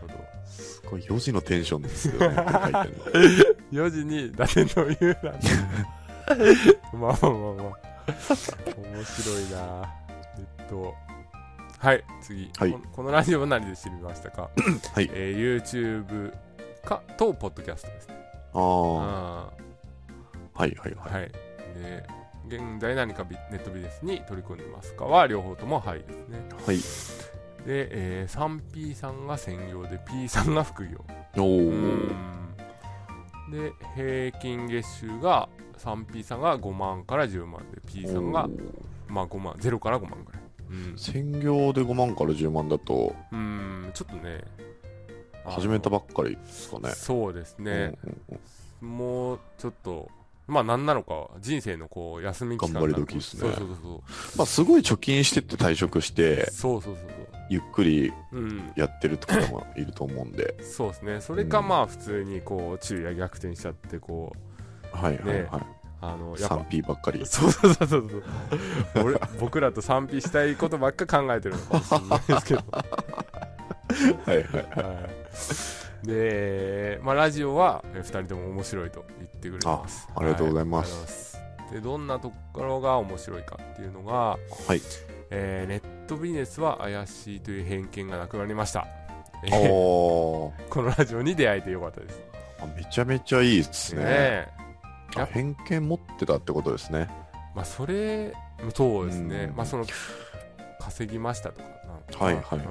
S2: ほど
S1: い。すごい4時のテンションですよね。これ書いてあるの
S2: 4時に伊達の言う なんてまあまあまあまあ面白いなえっとはい次、
S1: はい
S2: このこのラジオ何で知りましたか、
S1: はい
S2: えー YouTube か当ポッドキャストですね
S1: あ
S2: あ
S1: あ。はいはい
S2: あ
S1: はい。
S2: はいで現在何かビネットビジネスに取り組んでますかは両方ともはいですね
S1: はい。
S2: で、えー、3P さんが専業で P さんが副業
S1: お
S2: う
S1: ー。
S2: んで平均月収が 3P さんが5万から10万で P さんが
S1: おー
S2: まあ5万0から5万ぐらいうん
S1: 専業で5万から10万だと、
S2: うんちょっとねあの
S1: 始めたばっかりですかね。
S2: そうですね、
S1: うんうんうん
S2: もうちょっとまあ何なのか人生のこう休み期間
S1: 頑張り時ですね
S2: そうそうそうそう
S1: まあ、すごい貯金してって退職して、
S2: そうそうそう
S1: ゆっくり
S2: そううん
S1: やってるって方もいると思うん で。
S2: そうですねそれか
S1: うん
S2: まあ普通にこう昼夜逆転しちゃってこう
S1: はいはいはい。
S2: あのやっぱ
S1: 3P ばっかり。
S2: そうそうそうそうそう俺僕らと賛否したいことばっか考えてるのかもしれないですけど、
S1: はいは い。
S2: はい、で、まあ、ラジオは2人とも面白いと言ってくれてます
S1: あありがとうございます
S2: はありがとうございますでどんなところが面白いかっていうのが、
S1: はい。
S2: えーネットビジネスは怪しいという偏見がなくなりました、えー
S1: おー。
S2: このラジオに出会えてよかったです
S1: あめちゃめちゃいいです
S2: ね
S1: ね。
S2: え
S1: あ偏見持ってたってことですね。
S2: まあそれそうですね、
S1: うん
S2: まあその稼ぎましたとかなんか
S1: はいはいはい
S2: うん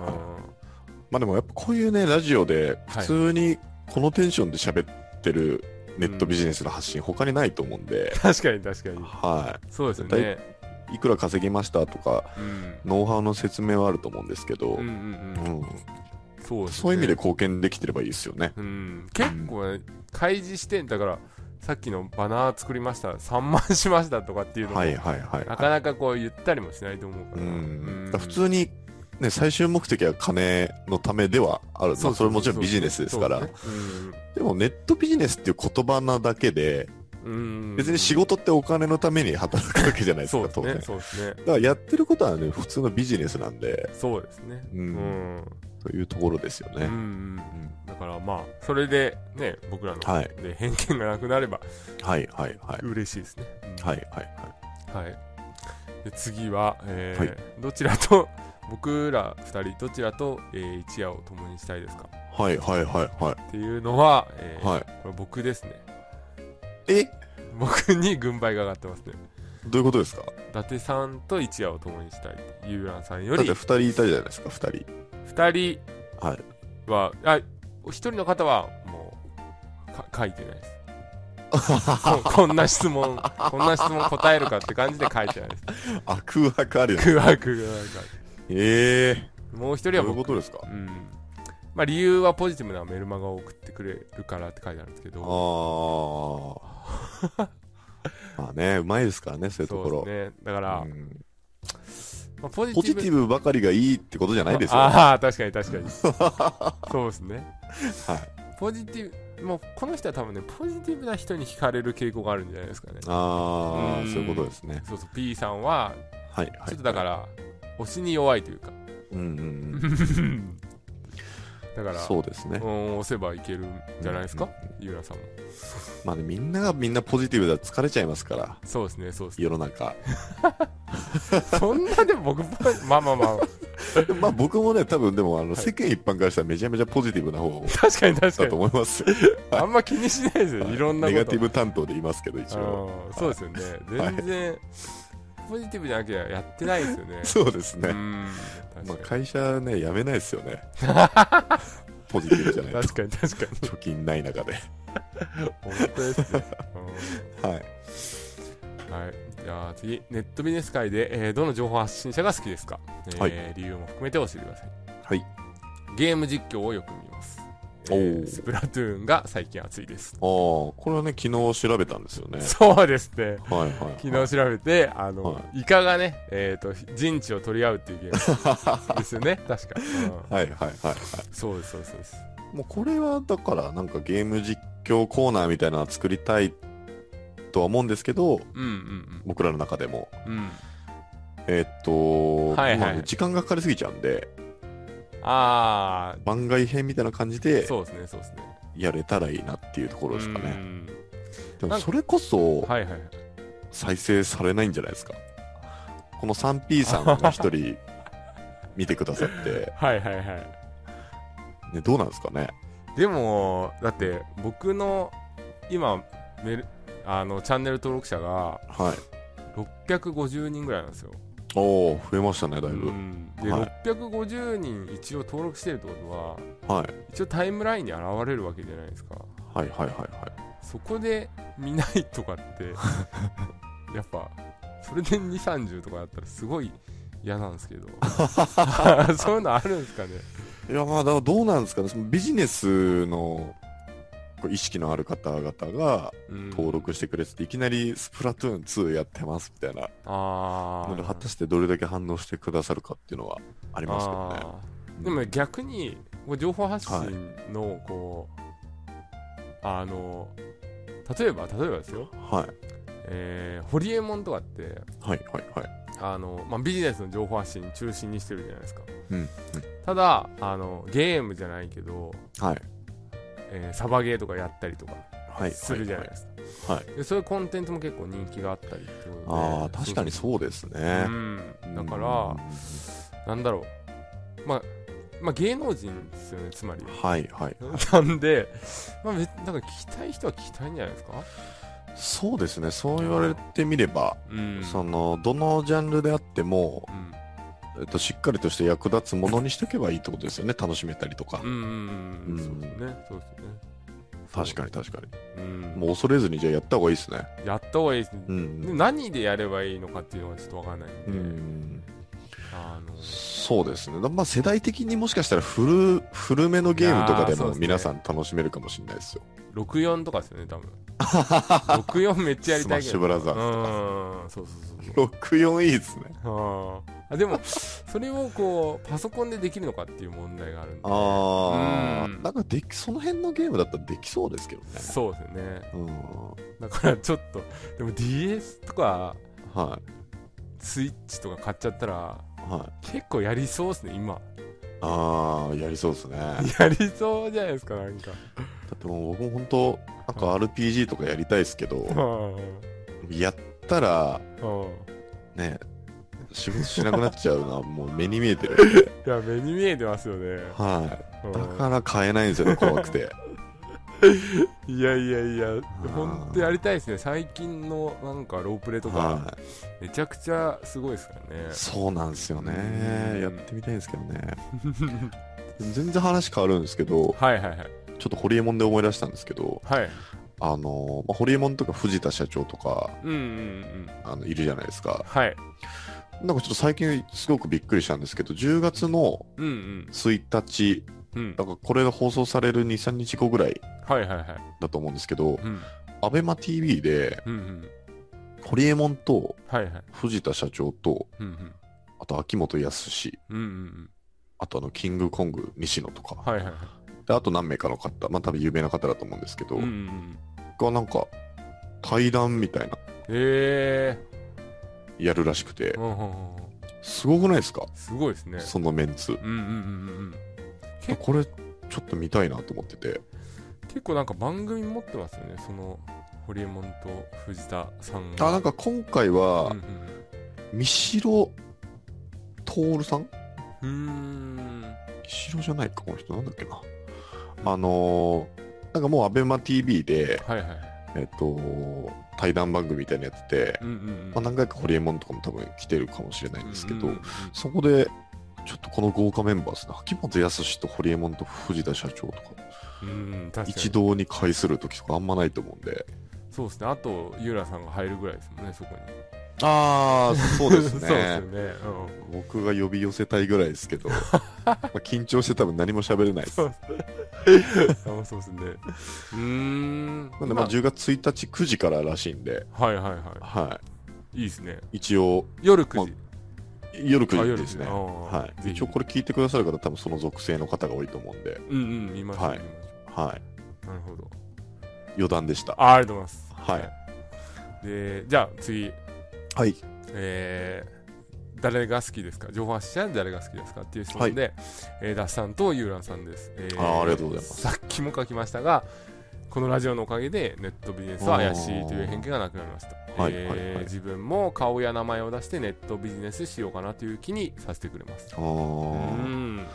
S1: まあでもやっぱこういうね、ラジオで普通にこのテンションで喋ってるネットビジネスの発信、他にないと思うんで、
S2: 確かに確かに
S1: は
S2: そうですよね、
S1: い。いくら稼ぎましたとか、
S2: うん、
S1: ノウハウの説明はあると思うんですけど、
S2: うんう
S1: うん
S2: うん
S1: ん
S2: そうですね
S1: そういう意味で貢献できてればいいですよね。
S2: うん、結構ね開示してんだからさっきのバナー作りました3万しましたとかっていうのも、
S1: はいはいはい。
S2: なかなかこう言ったりもしないと思うか
S1: う
S2: ら、
S1: ん、だから普
S2: に
S1: 通に、ね、最終目的は金のためではあるまあそれもちろんビジネスですから、でもネットビジネスっていう言葉なだけで、別に仕
S2: 事
S1: 事ってお金のために働くわけじゃないです
S2: そ
S1: か、
S2: う
S1: 当然。だ
S2: ですね
S1: か
S2: そうですね
S1: らやってることはね、普通のビジネスなんで、
S2: そうですね
S1: う、
S2: うんん
S1: というところですよ
S2: うんう
S1: ね。
S2: ん
S1: うん
S2: だからまあそれでね僕らの、
S1: はい
S2: で偏見がなくなれば
S1: はいはいはい。
S2: 嬉しいですね、
S1: はいはいは
S2: はい、で次は、えー
S1: はい
S2: どちらと 僕ら2人どちらと、えー一夜を共にしたいですか
S1: い。はいはいはいは
S2: っていうのは、え
S1: い。
S2: ー
S1: はい、
S2: これ僕ですね
S1: え
S2: 僕に軍配が上がってますね
S1: どういうことですか
S2: 伊達さんと一夜を共にしたいゆうらんさんよ
S1: だっ
S2: り
S1: て2人いたじゃないですか、2
S2: 2
S1: 人。はい。
S2: 人はあ1人の方はもうか書いてないです ここんな質問こんな質問答えるかって感じで書いてないです
S1: あ、空白あるよ ね。
S2: 空白がなんか
S1: ええ
S2: もう1人
S1: ど
S2: は
S1: ういう
S2: 僕
S1: ことですか
S2: うんまあ、理由はポジティブなメルマガを送ってくれるからって書いてあるんですけ
S1: あ
S2: ど、
S1: ー。 まあね、うまいですからね、そういうところ。
S2: そうですね、だから、
S1: うん
S2: まあ、ポジテ
S1: ポ
S2: ィ
S1: ジ
S2: ブ
S1: ティブばかりがいいってことじゃないですよ。は
S2: ああ、確かに確か に。そうですね。
S1: い、
S2: ポジティブ、もうこの人は多分ね、ポジティブな人に惹かれる傾向があるんじゃないですかね。
S1: あ
S2: う
S1: あ、
S2: ん
S1: そういうことですね。
S2: そうそう、P さんは、
S1: はい、はい。、
S2: ちょっとだからら、推しに弱いというか、
S1: うんうんうん、
S2: だから、
S1: そうですね
S2: う。ん押せばいけるんじゃないですか、ゆうらさんも。
S1: まあね、みんながみんなポジティブだと疲れちゃいますから、
S2: そうですね、そうですね。
S1: 世の中。
S2: そんなでも僕、まあま あまあ、
S1: まあ僕もね、多分でもあの、
S2: はい
S1: 世間一般からしたらめちゃめちゃポジティブな方
S2: 確かに確か
S1: だ
S2: に
S1: と。思い ます。
S2: あんま気にしないですよ、いろんなこ
S1: ネ
S2: と。
S1: ガティブ担当でいますけど、一応。
S2: うんそうですよね。
S1: はい
S2: 全然、ポジティブじゃなきゃやってないですよね。
S1: そうです
S2: う
S1: ね。
S2: ん。
S1: まあ
S2: 確か
S1: 会社ね、辞めないですよ ね。ポジティブじゃ
S2: に。
S1: ないと
S2: 確。かに確かに。
S1: 貯金ない中で。
S2: 本当ですね。
S1: はい。
S2: うんはい。じゃあ次、ネットビジネス界で、えーどの情報発信者が好きですか、えー
S1: はい
S2: 理由も含めて教えてください。
S1: はい。
S2: ゲーム実況をよく見ます。え
S1: お
S2: ー
S1: ー
S2: スプラトゥーンが最近熱いです。
S1: ああ、これはね、昨日調べたんですよね。
S2: そうですね。
S1: はいはいはい。
S2: 昨日調べて、あの、
S1: は
S2: イカがね、えっ、と、陣地 を取り合うっていうゲームですよね、確か。うん
S1: はいはいはいはい。
S2: そうですそうですそうです
S1: もうこれはだからなんかゲーム実況コーナーみたいなのは作りたいとは思うんですけど
S2: うんうん
S1: 僕らの中でも
S2: うんうん
S1: えーっと、
S2: はいはい
S1: まあ時間がかかりすぎちゃうんで
S2: あ
S1: 番外編みたいな感じ
S2: あ
S1: で
S2: そうですねそうですね
S1: やれたらいいなっていうところですか
S2: う
S1: ね
S2: ん
S1: でもそれこそ
S2: はいはい
S1: 再生されないんじゃないですかこの 3P さんが一人見てくださって、
S2: はいはいはい
S1: ね、どうなんですかね
S2: でもだって僕の今メルあのチャンネル登録者が
S1: はい
S2: 650人ぐらいなんですよ、
S1: おお増えましたねだいぶ、
S2: うん、で、
S1: はい
S2: 650人一応登録してるってことは
S1: はい、
S2: 一応タイムラインに現れるわけじゃないですか
S1: はいはいはいはい
S2: そこで見ないとかって やっぱそれで230とかだったらすごい嫌なんですけ どそういうのあるんですかね
S1: いやまあだからどうなんですかねそのビジネスのこう意識のある方々が
S2: うん
S1: 登録してくれてて、いきなり「スプラトゥーン2やってます」みたいな
S2: あ
S1: の
S2: あ
S1: で果たしてどれだけ反応してくださるかっていうのはありますけどね
S2: あーでも逆にこう情報発信のこう、あの例えば例えばですよ、
S1: はい
S2: えー、ホリエモンとかって
S1: はいはいはい
S2: あの、まあ、ビジネスの情報発信中心にしてるじゃないですか、
S1: うんうん
S2: ただあのゲームじゃないけど、
S1: はい
S2: えーサバゲーとかやったりとか
S1: はい
S2: するじゃない
S1: は
S2: ですか、
S1: はいはい
S2: でそういうコンテンツも結構人気があったりってことで
S1: ああ確かにそうですね
S2: うん、だから、なんだろう、まあ、まあ芸能人ですよねつまり
S1: うんはいはい
S2: なんで、まあ、別になんか聞きたい人は聞きたいんじゃないですか、
S1: そうですねそう言われてみれば、
S2: うん
S1: そのどのジャンルであっても
S2: う、ん
S1: えっと、しっかりとして役立つものにしとけばいいってことですよね楽しめたりとか、
S2: うんうんうん、
S1: うん
S2: そうですね、そうですね。
S1: 確かに確か
S2: に。
S1: に
S2: うん、
S1: もう恐れずにじゃあやった方がいいですね
S2: やった方がいいですね。
S1: う
S2: でも
S1: ん、
S2: 何でやればいいのかっていうのはちょっとわかんないん
S1: う
S2: で、
S1: ん、
S2: あの
S1: そうですね、だまあ、世代的にもしかしたら古古めのゲームとかで
S2: いやーそうで
S1: も
S2: すね
S1: 皆さん楽しめるかもしれないですよ
S2: 64とかですよね、 多分。64めっちゃやりたいけど。
S1: スマッシュブラザーズ
S2: ーズとか。うん、そうそうそうそう。
S1: 64いいですね
S2: あーあでも、それをこう、パソコンでできるのかっていう問題があるんで。
S1: ああ、
S2: うん
S1: なんかできその辺のゲームだったらできそうですけどね
S2: そうですよね。
S1: うん
S2: だからちょっと、でも DS とか、
S1: は
S2: スイッチとか買っちゃったら
S1: いはい
S2: 結構やりそうですね今
S1: あ あやりそうですねだ
S2: やりそうじゃないですかなんか
S1: ってもう僕も本当なんか RPG とかやりたいですけど
S2: うん
S1: やったら
S2: うん
S1: ね仕事しなくなっちゃうのは もう目に見えてる
S2: いや目に見えてますよね
S1: はい
S2: うん
S1: だから買えないんですよね怖くて
S2: いやいやいや
S1: ー
S2: 本当やりたいですね最近のなんかロープ レとか
S1: はい
S2: めちゃくちゃすごいですからね
S1: そうなんですよ
S2: う
S1: ね
S2: ん
S1: やってみたいんですけ どね全然話変わるんですけど
S2: はいはいはい
S1: ちょっとホリエモンで思い出したんですけど
S2: はい
S1: あの、まあ、ホリエモンとか藤田社長とか
S2: うんうんうん
S1: あのいるじゃないですか
S2: はい
S1: なんかちょっと最近すごくびっくりしたんですけど10月の
S2: うんうん
S1: 1日
S2: うん
S1: だからこれが放送される23日後ぐらい
S2: はいはいはい
S1: だと思うんですけど
S2: うん
S1: アベマ t v で
S2: うんうん
S1: ホリエモンと
S2: はいはい
S1: 藤田社長と
S2: うんうん
S1: あと秋元康
S2: うんうん
S1: あとあのキングコング西野とか、
S2: はいはいはい
S1: であと何名かの方まあ多分有名な方だと思うんですけど、
S2: うんうんうん
S1: がなんか対談みたいな
S2: え
S1: やるらしくて
S2: えうんうんうん
S1: すごくないですか
S2: すごいですね
S1: そのメンツ
S2: うんうんうんうんうん結
S1: これちょっと見たいなと思ってて
S2: 結構なんか番組持ってますよねそのホリエモンと藤田さんが
S1: あなんか今回
S2: う
S1: は
S2: ん
S1: 三城徹さん
S2: うんうんうーん
S1: 三城じゃないかこの人なんだっけなあのー、なんかもうアベマ t v で
S2: はいはい
S1: えっと対談番組みたいなのやってて、
S2: うんうんうん
S1: まあ、何回かホリエモンとかも多分来てるかもしれないんですけど、
S2: うんうんうん
S1: そこでちょっとこの豪華メンバーですね秋元康とホリエモンと藤田社長とか
S2: うん確かに
S1: 一堂に会する時とかあんまないと思うんで
S2: そうですねあとユーラさんが入るぐらいですもんねそこに
S1: ああ そうです
S2: そうですよ
S1: ね
S2: ねうん
S1: 僕が呼び寄せたいぐらいです けどまあ緊張して多分何も喋れないです
S2: そ
S1: な
S2: うあそうですねうーん
S1: のでまあ10月1日9時かららしいんで、
S2: はいはいは
S1: はい
S2: いいいですね
S1: 一応
S2: 夜9時
S1: 夜9時ですね。
S2: あ夜9時あー
S1: はい、
S2: ぜひ
S1: 一応これ聞いてくださる方、多分その属性の方が多いと思うんで、
S2: うんうん、見ましょう、
S1: はい
S2: 見ましょ
S1: はい、
S2: う。なるほど。
S1: 余談でした。
S2: あありがとうございます。
S1: はい
S2: で、じゃあ次、
S1: はい、
S2: えー誰が好きですか情報発信者で誰が好きですかっていう質問で、えーダッシュさんとユーランさんです、えー
S1: あーありがとうございます
S2: さっきも書きましたがこのラジオのおかげでネットビジネスは怪しいという偏見がなくなりました、
S1: はい
S2: えー
S1: はいはい
S2: 自分も顔や名前を出してネットビジネスしようかなという気にさせてくれます
S1: あ
S2: う
S1: ー
S2: ん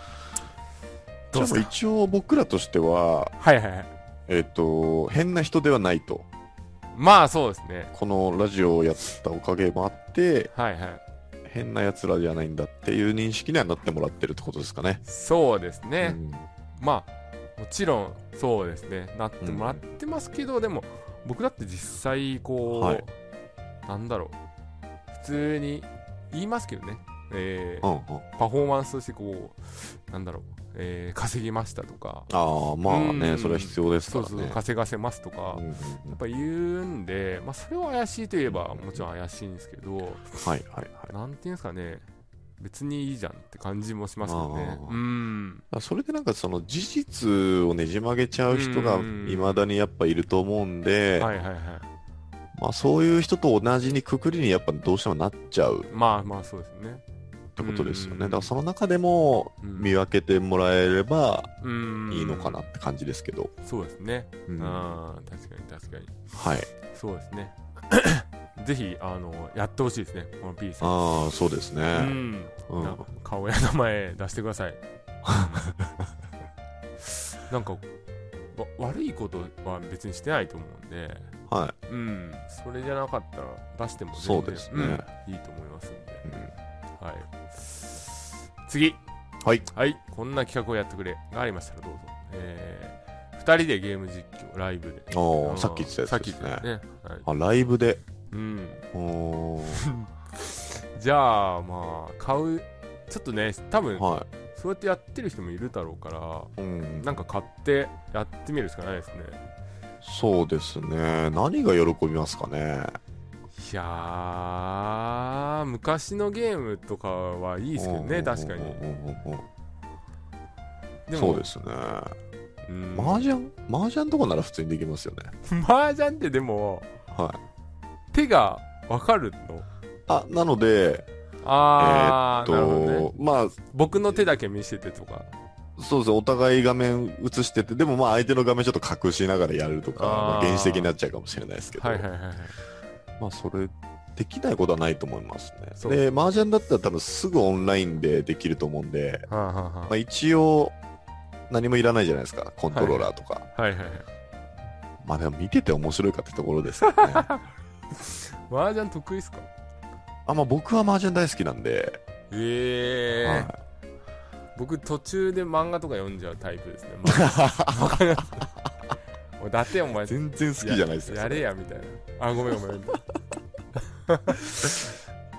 S1: じゃ
S2: どうで
S1: あ
S2: す
S1: もう
S2: か
S1: 一応僕らとしては、
S2: はいはいはい
S1: えっ、と、変な人ではないと、
S2: まあそうですね
S1: このラジオをやったおかげもあって、
S2: はいはい
S1: 変なやつらじゃないんだっていう認識にはなってもらってるってことですかね。
S2: そうです
S1: う
S2: ね、
S1: ん
S2: まあもちろんそうですねなってもらってますけど、でも僕だって実際こう、
S1: はい
S2: なんだろう普通に言いますけどね、えー
S1: うんうん、
S2: パフォーマンスとしてこうなんだろう、えー稼ぎましたとか
S1: ああ、まあね、
S2: うん
S1: それは必要ですか
S2: そう
S1: らね。
S2: そう稼がせますとか、
S1: うんうんうん
S2: やっぱ言うんで、まあ、それは怪しいといえばもちろん怪しいんですけど
S1: はいはいはい。
S2: なんていうんですかね別にいいじゃんって感じもしますよね
S1: あー
S2: うん
S1: あそれでなんかその事実をねじ曲げちゃう人が
S2: うん
S1: 未だにやっぱいると思うんで、
S2: はいはいはい
S1: まあ、そういう人と同じにくくりにやっぱどうしてもなっちゃうっ
S2: まあまあそうですね
S1: てことですよ
S2: うん
S1: ね。だからその中でも
S2: うん
S1: 見分けてもらえれば
S2: うん
S1: いいのかなって感じですけど。
S2: そうですね。
S1: うんは
S2: あー確かに確かに。
S1: い。
S2: そうですね。 ぜひ、あの、やってほしいですね、この P さん。
S1: ああ、そうです
S2: う
S1: ね。
S2: ん。
S1: うん。
S2: なんか顔や名前出してください。 なんか、わ悪いことは別にしてないと思うんで、
S1: は
S2: うん。それじゃなかったら出しても全然
S1: そうですね
S2: うんいいと思いますんで。
S1: い。うん
S2: はい。次。
S1: はい。
S2: はい。こんな企画をやってくれがありましたらどうぞ。えー、2人でゲーム実況、ライブで。
S1: おー
S2: あー
S1: さっき言ってたや
S2: さっ
S1: つ
S2: き
S1: で
S2: 言っ
S1: す
S2: てた
S1: ね
S2: やつ。ね。はい
S1: あ、ライブで。
S2: うん、
S1: おー
S2: じゃあ、まあ、買う、ちょっとね、多 分
S1: は
S2: そうやってやってる人もいるだろうから、
S1: い。うん。
S2: なんか買ってやってみるしかないですね。
S1: そうですね。何が喜びますかね。
S2: いやー、昔のゲームとかはいい
S1: い
S2: ですけどね、確かに。でも
S1: そうですね。
S2: うん、
S1: 麻雀麻雀とかなら普通にできますよね。
S2: 麻雀ってでも、
S1: はい。
S2: 手がわかるの
S1: あ、なので、
S2: あー、なるほどね。
S1: と、まあ、
S2: 僕の手だけ見せてとか。
S1: そうですね、お互い画面映してて、でもまあ相手の画面ちょっと隠しながらやるとか、
S2: あー
S1: まあ原始的になっちゃうかもしれないですけど、
S2: はいはいはいはい。
S1: まあそれ、できないことはないと思います
S2: そう
S1: ね。で、麻雀だったら多分すぐオンラインでできると思うんで、
S2: はあはあ
S1: まあ一応、何もいらないじゃないですか、コントローラーとか。
S2: はいはいはい。
S1: まあでも見てて面白いかってところですよ ね。
S2: 麻雀得意っすか
S1: あ、まあ僕は麻雀大好きなんで、
S2: ええー。
S1: はい
S2: 僕途中で漫画とか読んじゃうタイ プですね。漫画わかりますもうだってお前
S1: 全然好きじゃないです
S2: や
S1: か。
S2: やれやみたいな。あごめんごめん。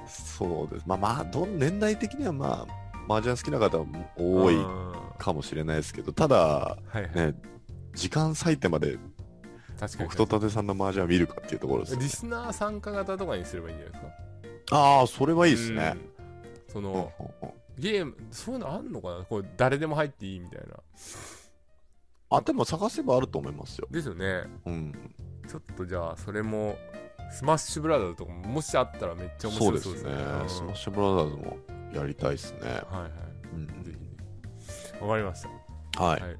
S1: そうです。まあまあ、どん年代的にはまあ、麻雀好きな方も多い
S2: うんは
S1: かもしれないですけど、ただ、
S2: いはい。
S1: ね、時間割いてまで
S2: 確かに
S1: 僕と伊達さんの麻雀を見るかっていうところですよ
S2: リスナー参加型とかにすればいいんじゃないですか。
S1: ああ、それはい
S2: い
S1: いですね。。
S2: そ
S1: うんうん
S2: の
S1: うん
S2: ゲームそういうのあんのかな。こう誰でも入っていいみたいな。
S1: あ、でも探せばあると思いますよ。
S2: ですよね。
S1: うん。
S2: ちょっとじゃあそれもスマッシュブラザーズとかももしあったらめっちゃ面
S1: そう
S2: 白
S1: で
S2: そう
S1: す
S2: で
S1: ね
S2: すね。。
S1: ス
S2: うん
S1: マッシュブラザーズもやりたいですね。
S2: はいはい。
S1: うん
S2: ぜひね。わかりました。
S1: はい
S2: は。い、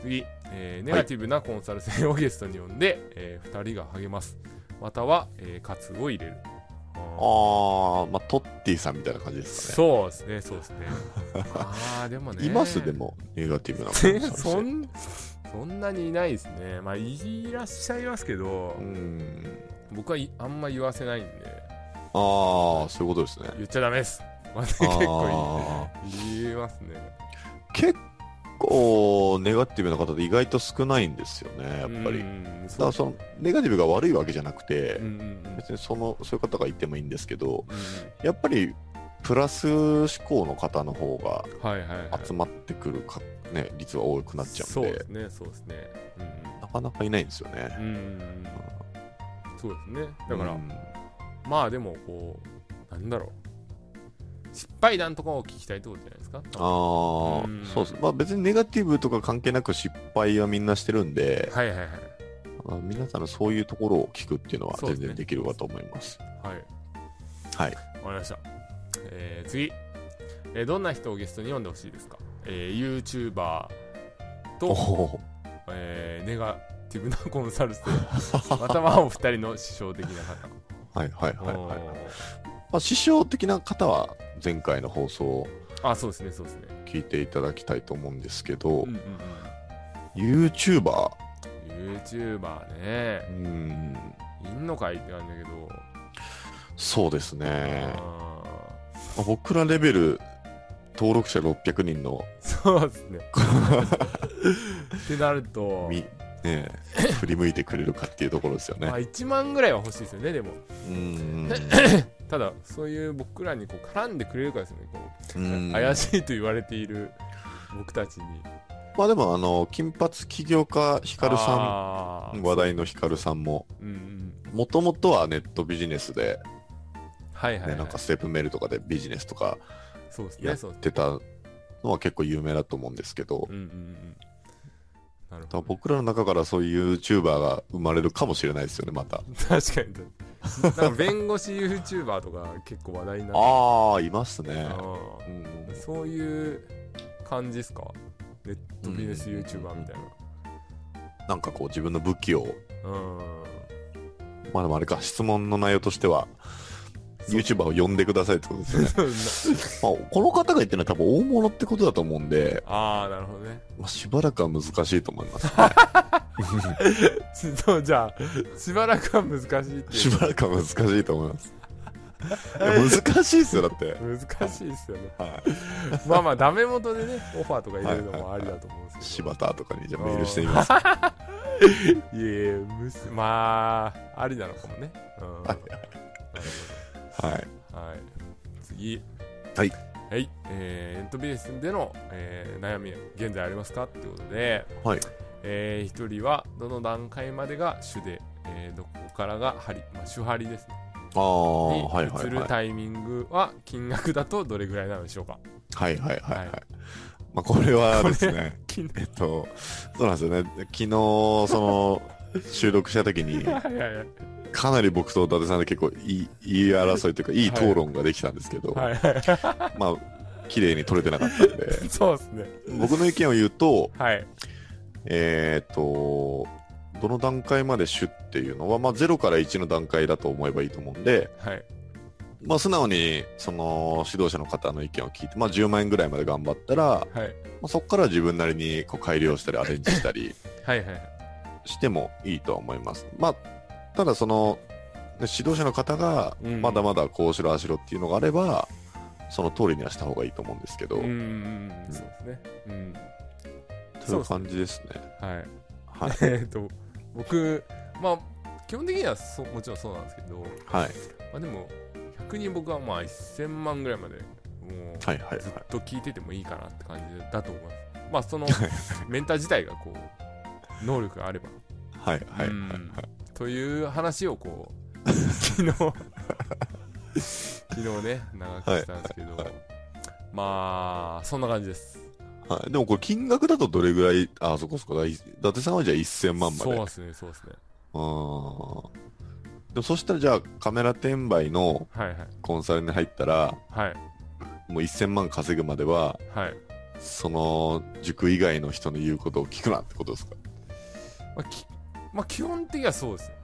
S2: 次、えーネガティブなコンサル生をゲストに呼んで、え2人が励ますまたは、えー、カツを入れるあ
S1: ああ、まあ、トッティさんみたいな感じですかね。
S2: そうですねそうですね ああでもね
S1: いますでも、ネガティブな
S2: 全
S1: 感じ。
S2: そんそんなにいないですねまあいらっしゃいますけど、
S1: うん。
S2: 僕はいあんま言わせないんで
S1: ああ、そういうことですね。
S2: 言っちゃダメです、まあね、結構
S1: あ
S2: 言いますね
S1: ー結構ネガティブな方って意外と少ないんですよね、やっぱり。
S2: う
S1: だ
S2: ん
S1: か
S2: そ
S1: ら
S2: う
S1: そのネガティブが悪いわけじゃなくて、
S2: うんうんうん
S1: 別にそのそういう方がいてもいいんですけど、
S2: うん
S1: やっぱりプラス思考の方の方が
S2: うんはいはい、はい、
S1: 集まってくるか、ね、率は多くなっちゃう
S2: そ
S1: ん
S2: う
S1: で、
S2: ですねそうですねうんうん
S1: なかなかいないんですよね
S2: う。んそうですねだから、
S1: うん
S2: まあでもこうなんだろう失敗談とかを聞きたいってことじゃないですか
S1: ああ、
S2: うん
S1: そうです。まあ別にネガティブとか関係なく失敗はみんなしてるんで、
S2: はいはいはい
S1: まあ皆さんのそういうところを聞くっていうのは
S2: そう
S1: 全
S2: ですね
S1: 然できるかと思います。
S2: はい
S1: はい。
S2: わかりました、えー次、えーどんな人をゲストに読んでほしいですか、えー、YouTuber
S1: お
S2: と、
S1: おー
S2: えーネガティブなコンサ ル生またはお二人の師匠的な方
S1: はいはいはい、はい。
S2: お
S1: ま
S2: ー
S1: あ師匠的な方は前回の放送を
S2: あそうですねそうですね
S1: 聞いていただきたいと思うんですけど、
S2: うんうん
S1: YouTuber、
S2: うん YouTuber ね
S1: うん、
S2: いんのかいって感じだけど、
S1: そうですね。
S2: あ
S1: まあ僕らレベル登録者600人の
S2: ーそうですねってなると、
S1: み、ねえ、振り向いてくれるかっていうところですよね
S2: まあ、。1万ぐらいは欲しいですよねでも
S1: うん
S2: ただそういう僕らにこう絡んでくれるかですよねこう
S1: うん
S2: 怪しいと言われている僕たちに
S1: まあでもあの金髪起業家ヒカルさ
S2: あ
S1: ん
S2: ー
S1: 話題のヒカルさんも
S2: うんうん
S1: もともとはネットビジネスで、
S2: はい
S1: ね
S2: はい、はい、
S1: なんかステップメールとかでビジネスとか
S2: そうです
S1: や
S2: ね
S1: っ
S2: そうですね
S1: てたのは結構有名だと思うんですけど
S2: うん、うんうんなる
S1: 多
S2: ほ
S1: 分僕らの中からそういう YouTuber が生まれるかもしれないですよねまた
S2: ど 確かになんか弁護士 YouTuber とか結構話題になって
S1: ああいますね
S2: あ
S1: う
S2: ー
S1: ん
S2: そういう感じですかネットビジネス
S1: うん
S2: YouTuber みたい
S1: なんかこう自分の武器を
S2: なうん
S1: まあでもあれか質問の内容としては YouTuber を呼んでくださいってこと ですよね、まあ、この方が言ってるのは多分大物ってことだと思うんで、
S2: ああなるほどね
S1: まあ、しばらくは難しいと思います
S2: ちそうじゃあしばらくは難しいってい
S1: し
S2: う
S1: ばらくは難しいと思い ます。いや難しいですよ、だって。
S2: 難しいですよね
S1: は
S2: まあまあダメ元でねオファーとか入れるのもありだと思うん
S1: い。
S2: ですけど、
S1: 柴田とかにじゃあメールしてみ ます。
S2: い えいえむしまあありなのかもねうんなる
S1: はい。
S2: ほどはい次
S1: はい
S2: はいえー、ネットビジネスでの、えー悩み現在ありますかってことで、
S1: はい
S2: えー、1人はどの段階までが主で、えーどこからが針、まあ、主張ですね
S1: ああ、
S2: に
S1: はいはい
S2: 移
S1: はい。
S2: る
S1: はい
S2: タイミングは金額だとどれぐらいなのでしょうか
S1: はいはいは
S2: はいい。
S1: まあ、これはですね、
S2: 金額
S1: えっと、そうなんですよね。昨日、 その、収録した時に、
S2: はいはいはい
S1: かなり僕と伊達さんで結構いい、言い争いというか、いい討論ができたんですけど、
S2: はいはい
S1: まあ、綺麗に取れてなかったんで、
S2: そうですね
S1: 僕の意見を言うと、
S2: はい
S1: えー、と、どの段階まで主っていうのは、まあ、0から1の段階だと思えばいいと思うんで、
S2: はい
S1: まあ、素直にその指導者の方の意見を聞いて、まあ、10万円ぐらいまで頑張ったら、ま
S2: はい
S1: あ、そこから自分なりにこう改良したりアレンジした り
S2: はいはいはい
S1: してもいいとは思います。まあ、ただその、ね指導者の方が
S2: うん
S1: まだまだこうしろああしろっていうのがあれば、その通りにはした方がいいと思うんですけど、
S2: うんうんうんそうですねうん
S1: そういう感じですね。
S2: はい
S1: はい。
S2: えーっと僕まあ基本的にはそうもちろんそうなんですけど、ま
S1: はい。
S2: あ、でも逆に僕はまあ1000万ぐらいまでもう
S1: はいはい
S2: ずっ
S1: は
S2: と聞いててもいいかなって感じだと思いますまあそのメンター自体がこう能力があれば
S1: い。はいはい。
S2: うんという話をこ う昨日昨日ね長くしたんですけど、
S1: はいはい
S2: まあそんな感じです
S1: はい、でもこれ金額だとどれぐらい、あ、そこそこだ。い伊達さんはじゃあ1000万まで。
S2: そう
S1: う
S2: ですねそうですね
S1: ーん。でもそしたらじゃあカメラ転売の
S2: はいはい
S1: コンサルに入ったら、
S2: はい
S1: もう1000万稼ぐまでは、
S2: はい、
S1: その塾以外の人の言うことを聞くなってことですか
S2: まあきまあ、基本的にはそうですね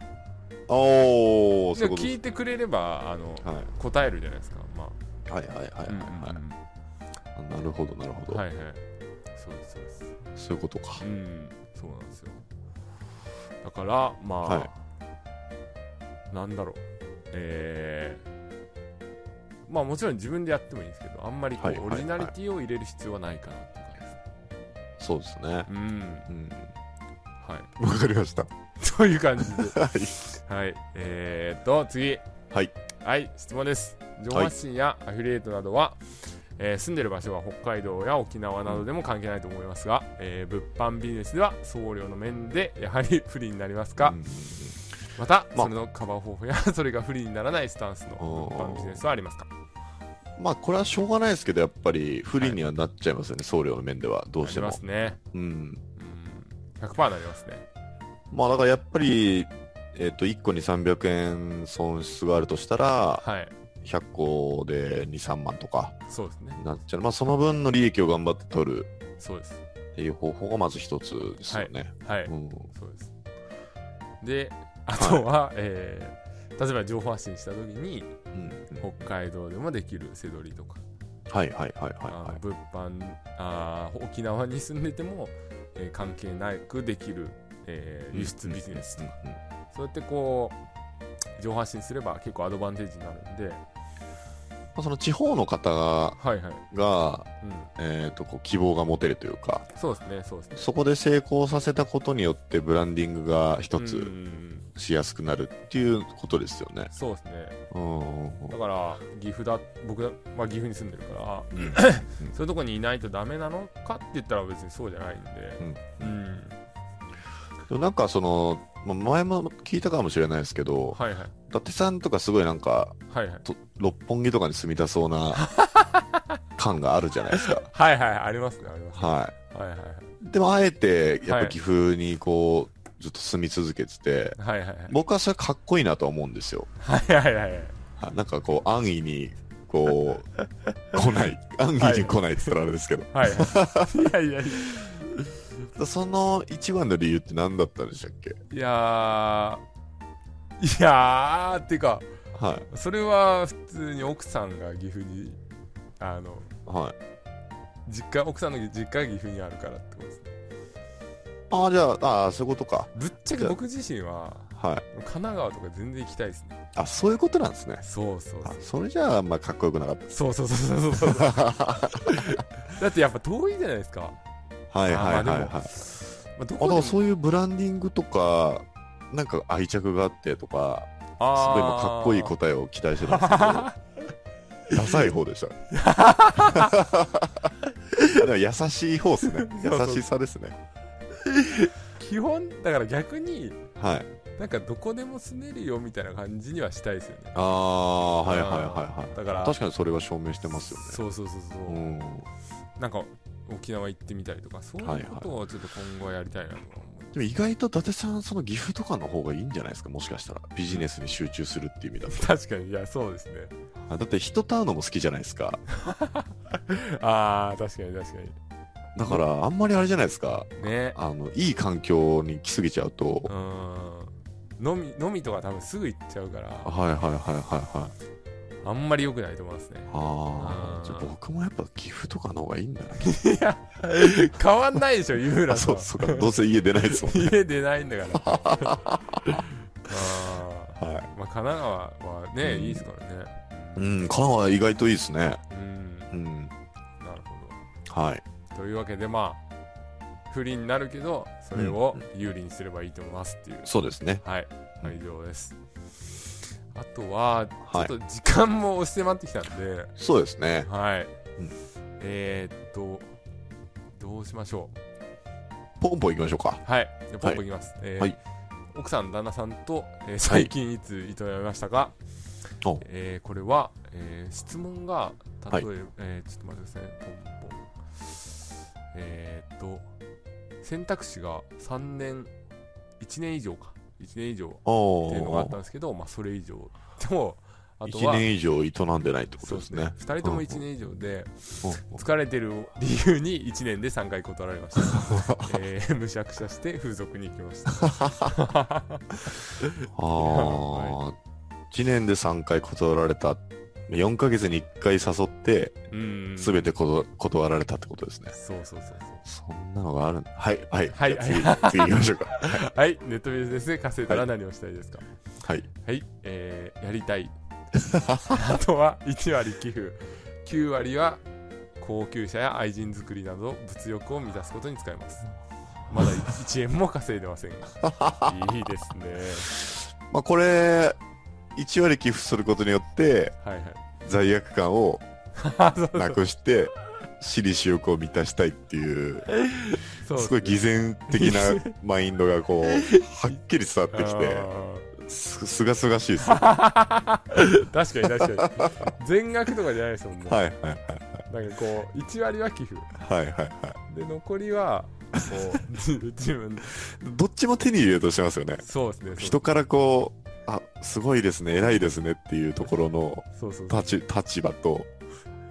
S1: おー、そうい
S2: で
S1: うこと
S2: 聞
S1: で
S2: いてくれればあの、
S1: す。はい、
S2: 答えるじゃないですかまあ
S1: はいはいはいはい、はいあなるほどなるほど、
S2: はいはいそうですそうです
S1: そういうことか
S2: う。んそうなんですよだからまあ、
S1: は
S2: なんだろうえー、まあもちろん自分でやってもいいんですけどあんまりこう、
S1: はいはいはい
S2: オリジナリティを入れる必要はないかなっていう感じです
S1: そうですね。
S2: う
S1: う
S2: ん
S1: ん。
S2: はい
S1: わかりました。
S2: という感じで
S1: はい。
S2: はい、えー、っと、次。
S1: はい。
S2: はい、質問です。情報発信やアフィリエイトなどは、えー住んでる場所は北海道や沖縄などでも関係ないと思いますが、えー物販ビジネスでは送料の面でやはり不利になりますか、
S1: うん
S2: また、
S1: まあ
S2: それのカバー方法やそれが不利にならないスタンスの物販ビジネスはありますか
S1: まあこれはしょうがないですけどやっぱり不利にはなっちゃいますよね、送料の面ではどうして
S2: な
S1: も
S2: りますね。
S1: うん
S2: うん。100%なりますね。
S1: まあだからやっぱりえっ、と1個に300円損失があるとしたら
S2: はい。
S1: 100個で23万とか
S2: そうですね。
S1: なっちゃうまあその分の利益を頑張って取る
S2: そうです。
S1: っていう方法がまず一つですよね、
S2: はい。
S1: うん
S2: そうです。で、あとは、えー例えば情報発信した時に、
S1: うん
S2: 北海道でもできるせどりとか、
S1: はいはいはいはい
S2: あ
S1: は
S2: ー物販あー、沖縄に住んでても、えー関係なくできる、えー
S1: い
S2: 輸出ビジネスとか、
S1: うんうん
S2: そうやってこう、情報発信すれば結構アドバンテージになるんで、
S1: まあ、その地方の方が
S2: はいはい。
S1: が、
S2: うん、
S1: えー、とこう希望が持てるというか
S2: そうですね、そうですね。
S1: そこで成功させたことによってブランディングが一
S2: うんう
S1: つ
S2: ん
S1: しやすくなるっていうことですよね。
S2: そうですね。
S1: うんうん
S2: だから、岐阜だ、僕は、まあ、岐阜に住んでるから、
S1: うん
S2: そういうとこにいないとダメなのかって言ったら別にそうじゃないんで、うん、
S1: でもなんかそのまあ前も聞いたかもしれないですけど、
S2: はいはい
S1: 伊達さんとかすごいなんか
S2: はいはい
S1: と六本木とかに住みたそうな感があるじゃない ですか。
S2: はいはいありますねあります
S1: は
S2: はいはいはい
S1: い、でもあえてやっ
S2: は
S1: ぱ
S2: い
S1: 岐阜にこう、ずっと住み続けてて
S2: はいはいはい
S1: 僕はそれかっこいいなとは思うんですよ。
S2: はいはいはい
S1: あなんかこう安易にこ う来ない安易に来ないって言ったらあれですけど、
S2: はいはいいやいやい
S1: その一番の理由って何だったんでしたっけ
S2: やいやーいやーっていうか
S1: はい
S2: それは普通に奥さんが岐阜にあの
S1: はい
S2: 実家奥さんの実家が岐阜にあるからってことです
S1: ああじゃあああそういうことか
S2: ぶっちゃけ僕自身は
S1: はい
S2: 神奈川とか全然行きたいですね
S1: あそういうことなんですね
S2: そうそう
S1: あそれじゃあまあかっこよくなかっ
S2: そうそうそうそうそうそう
S1: た は
S2: だってやっぱ遠いじゃないですか、
S1: いはいはいはい
S2: あ
S1: あ
S2: まあま
S1: で
S2: あ、どこで
S1: も
S2: も
S1: そういうブランディングとかなんか愛着があってとかすごい今かっこいい
S2: と
S1: 答えを期待してたんですけど ダサい方でしたでも優しい方 ですね優しさですね
S2: 基本だから逆に
S1: はい
S2: なんかどこでも住めるよみたいな感じにはしたいですよね
S1: ああはいはいはいはい
S2: だから
S1: 確かにそれは証明してますよね
S2: そうそうそうそうう、
S1: ん
S2: なんか沖縄行ってみたりとかそういうことをちょっと今後はやりたいなと思う、
S1: でも意外と伊達さんその岐阜とかの方がいいんじゃないですかもしかしたらビジネスに集中するっていう意味だと
S2: 確かにいやそうですね
S1: あだって人と会うのも好きじゃないですか
S2: ああ確かに確かに
S1: だからあんまりあれじゃないですか
S2: ね
S1: あのいい環境に来すぎちゃうと、
S2: うん飲み飲みとか多分すぐ行っちゃうから
S1: はいはいはいはいはい
S2: あんまり良くないと思いますね
S1: あ
S2: あー
S1: あ僕もやっぱ岐阜とかの方がいいんだな
S2: 変わんないでしょ井
S1: あ
S2: 浦さ
S1: そ
S2: ん
S1: うそうかどうせ家出ないですもんね
S2: 家出ないんだか らあ
S1: は
S2: ー
S1: い
S2: まあ、神奈川はね、
S1: うん
S2: いいですからね
S1: うん神奈川意外といいですね
S2: うん
S1: うん
S2: なるほ
S1: はい
S2: どというわけでまあ不利になるけどそれを有利にすればいいと思いますっていう、
S1: そうですね
S2: はい、
S1: うん
S2: 以上ですあとはちょ
S1: は
S2: っ
S1: い
S2: と時間も押してまってきたんで
S1: そうですね
S2: はい、
S1: うん
S2: えー、っとどうしましょう
S1: ポンポンいきましょうか
S2: はいじゃあポンポンいきます、えー
S1: はい
S2: 奥さん旦那さんと、えー最近いつ営みましたか、
S1: お
S2: えーこれは、えー質問が例
S1: は
S2: え
S1: い
S2: ば、えーちょっと待ってくださいねポンポンえーっと選択肢が3年1年以上か1年以上っ
S1: お
S2: ていうのがあったんですけどまあそれ以上でもあと
S1: 1
S2: は
S1: 年以上営んでないってことですね。
S2: 2人とも1年以上で
S1: うんうん
S2: 疲れてる理由に1年で3回断られました、えーむしゃくしゃして風俗に行きました
S1: ああ、1年で3回断られた。4ヶ月に1回誘って、
S2: うん
S1: すべてこと断られたってことですね。
S2: そうそうそうそう
S1: そんなのがあるんだ。はい、はい。
S2: はい
S1: じゃあ次、次行きましょうか。
S2: はい、ネットビジネスで稼いだら何をしたいですかは
S1: はい。
S2: い、えーやり たい。あとは1割寄付、9割は高級車や愛人作りなど物欲を満たすことに使います。まだ1円も稼いでま せんが。いいですね。
S1: まあ、これ、1割寄付することによって、
S2: はいはい。
S1: 罪悪感を
S2: あそう
S1: なくして、私利私欲を満たしたいっていう、
S2: そ う
S1: すごい偽善的なマインドがこう、はっきり伝わってきて、
S2: あ
S1: すすがすがしいですよ
S2: 確かに確かに全額とかじゃないですもんね、
S1: はいはい
S2: なんかこう1割は寄付
S1: はいはいはい
S2: で残りはこう自自分
S1: どっちも手に入れようとしてますよね
S2: そうですねそう
S1: 人からこうあすごいですね偉いですねっていうところの
S2: そうそうそう
S1: 立ち立場と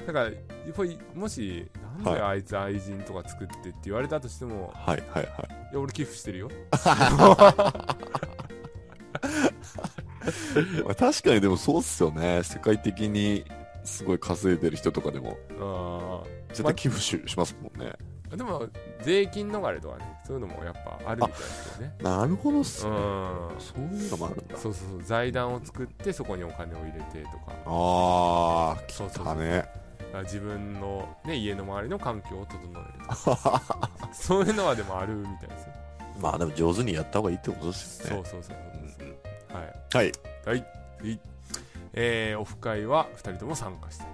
S2: だからやっぱりもしなんであいつ愛人とか作ってって言われたとしても、
S1: はいはいはい
S2: い、や俺寄付してるよ
S1: まあ確かにでもそうっすよね世界的にすごい稼いでる人とかでも
S2: あ
S1: 絶対寄付し,、しますもんね
S2: ーでも税金逃れとかねそういうのもやっぱあるみたいですよね
S1: なるほどっす
S2: う
S1: ね、
S2: ん
S1: そういうのもあるんだ
S2: そうそうそう財団を作ってそこにお金を入れてとか
S1: あー
S2: そうそうそう
S1: だね
S2: だから自分の、ね、家の周りの環境を整えるとかそういうのはでもあるみたいですよ
S1: まあでも上手にやった方がいいってことですよ
S2: そ
S1: ね
S2: うそうそうそうそうはい
S1: はい
S2: はい、はいえー、オフ会は2人とも参加したい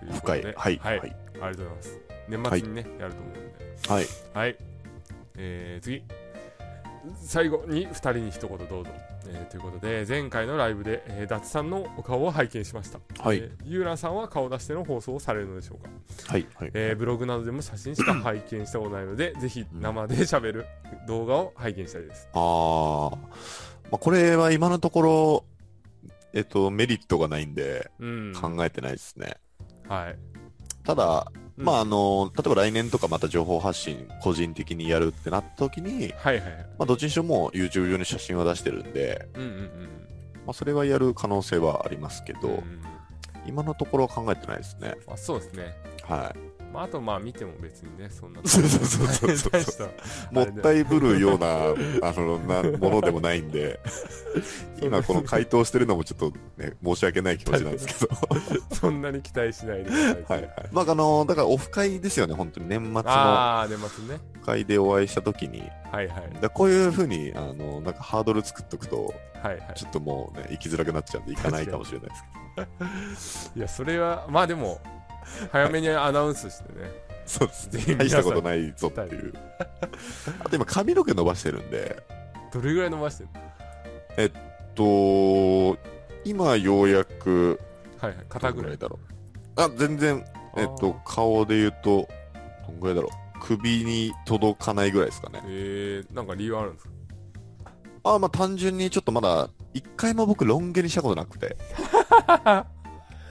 S2: という
S1: オフ
S2: こと
S1: 会
S2: で
S1: はい
S2: はい、
S1: は
S2: あ
S1: い
S2: りがとうございます年末にね、やると思うんで
S1: はい
S2: はい、えー、次最後に2人に一言どうぞ、えーということで前回のライブで、えー、ダツさんのお顔を拝見しました、
S1: はい
S2: えーユーラさんは顔出しての放送をされるのでしょうか、
S1: はいはい
S2: えーブログなどでも写真しか拝見したことない のでぜひ生で喋る動画を拝見したいです
S1: あー、まあこれは今のところえっとメリットがないんで
S2: うん
S1: 考えてないですね、
S2: はい
S1: ただ
S2: うん
S1: まああの例えば来年とかまた情報発信個人的にやるってなった時に
S2: はいはいはい
S1: まあ、どっちにしろもう YouTube 用に写真は出してるんで、
S2: うんうん
S1: まあ、それはやる可能性はありますけ
S2: うん
S1: ど、
S2: うんうん
S1: 今のところは考えてないですね。
S2: あそうですね、
S1: は
S2: まあ、あとまあ見ても別にねそんな
S1: そうそうそうそう
S2: 大した
S1: い。もったいぶるよう な、あの、な、ものでもないん で、今この回答してるのもちょっとね、申し訳ない気持ちなんです けど。
S2: そんなに期待しないでくださ
S1: は
S2: い、
S1: い。まあ、あの、だからオフ会ですよね、本当に。年末の
S2: ああー年末ね
S1: オフ会でお会いした時に。
S2: はいはい
S1: だこういうふうに、あの、なんかハードル作っとくと、
S2: はいはい
S1: ちょっともうね、行きづらくなっちゃうんで、行かないかもしれないです
S2: いやそれはまあでも早めにアナウンスしてね、
S1: そうです
S2: ぜひ
S1: ね。大したことないぞって いう。あと今髪の毛伸ばしてるんで、
S2: どれぐらい伸ばしてるの
S1: と今ようやく
S2: はいはい
S1: ど
S2: 肩
S1: ん
S2: ぐ
S1: ぐ
S2: ら
S1: らい
S2: い
S1: だろう。あ、全然、えっと、顔で言うと、どんぐらいだろう。首に届かないぐらいですかね
S2: あ。ーえー、なんか理由あるんですか
S1: あ、まあ単純にちょっとまだ、一回も僕ロン毛にしたことなく て。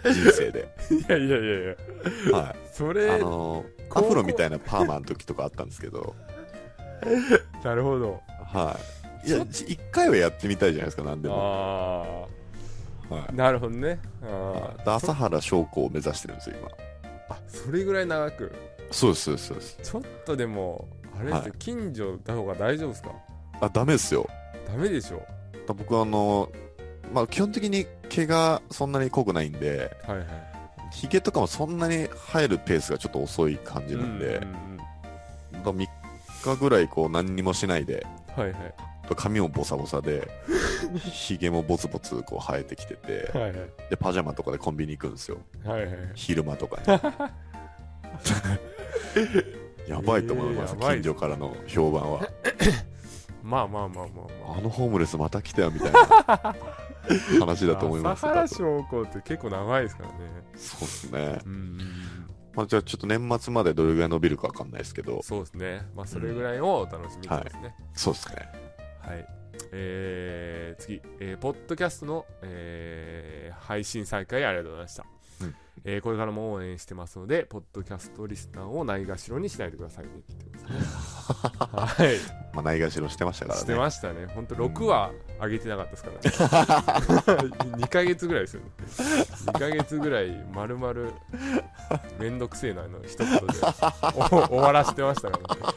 S1: 人生で。
S2: いやいやいやいや
S1: は
S2: そ
S1: い。
S2: れ
S1: あの
S2: 高
S1: ア
S2: 校
S1: フロみたいなパーマの時とかあったんですけど、
S2: なるほど
S1: はい。いや、一回はやってみたいじゃないですか、なんでも。
S2: あ
S1: はい
S2: あなるほどねあ
S1: は
S2: ー
S1: いで朝原将子を目指してるんですよ、今。
S2: あそれぐらい長く
S1: そうです、そうです、そうです。
S2: ちょっとでもあれですよ、
S1: はい
S2: 近所だとか大丈夫ですか
S1: あ、ダメですよ。
S2: ダメでしょ
S1: 僕はあの、まあ、基本的に毛がそんなに濃くないんで、
S2: はいはい
S1: 髭とかもそんなに生えるペースがちょっと遅い感じなんで
S2: う、んうんうん
S1: だから3日ぐらいこう何にもしないで、
S2: はいはい
S1: 髪もボサボサで、 髭もボツボツこう生えてきてて、
S2: はいはい
S1: で、パジャマとかでコンビニ行くんですよ。
S2: はいはい
S1: 昼間とかに。 やばいと思います、
S2: えーやばい
S1: 近所からの評判は。
S2: まあまあまあまあまあ
S1: あのホームレスまた来たよみたいな話だと思います
S2: 朝原
S1: そう
S2: 将校って結構長いですからね
S1: ですね。
S2: うん
S1: まあ、じゃあちょっと年末までどれぐらい伸びるかわかんないですけど、
S2: そうですねまあそれぐらいをお楽しみにですね、
S1: そうですね。
S2: はいえー次、えーポッドキャストの、えー配信再開ありがとうございました、
S1: うん
S2: えーこれからも応援してますのでポッドキャストリスナーをないがしろにしないでくださいねってことですね はい
S1: まあ、ないがしろしてましたからね。
S2: してましたね。本当6話上げてなかったですからね。2 ヶ月ぐらいですよね。2ヶ月ぐらい、まるまる、めんどくせえなの一言でお 終わらせてましたからね。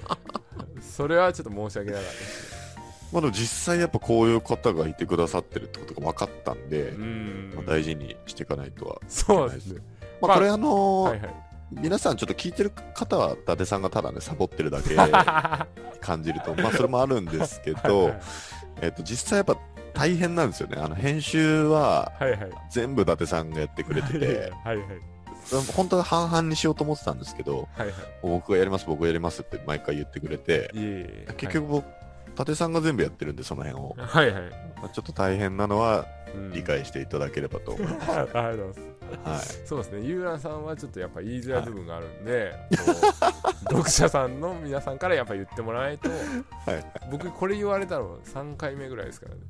S2: それはちょっと申し訳なかったです。
S1: まあ、でも実際やっぱこういう方がいてくださってるってことが分かったんで、
S2: うん
S1: まあ、。大事にしていかないとは。
S2: そうですね。
S1: ま
S2: まあ
S1: あ、これあのー
S2: はいはい。
S1: 皆さんちょっと聞いてる方は、伊達さんがただね、サボってるだ け感じると、まあ、それもあるんですけ
S2: はい
S1: ど、えっと、実際やっぱ大変なんですよね。あの、編集は、
S2: はいはい。
S1: 全部伊達さんがやってくれてて、
S2: はいはい。
S1: 本当は半々にしようと思ってたんですけど、
S2: はいは
S1: 僕がやります、僕がやりますって毎回言ってくれて
S2: い。、いえいえ。
S1: 結局僕伊さんが全部やってるんで、その辺を。
S2: はいはい。
S1: まあちょっと大変なのは
S2: うん
S1: 理解していただければと 思います。
S2: ありがとうございます。
S1: はい。
S2: そうですね、ゆうらさんはちょっとやっぱ言いづらい部分がある んで、こう読者さんの皆さんからやっぱ言ってもらわないと、
S1: い
S2: 僕これ言われたの3回目ぐらいですからね。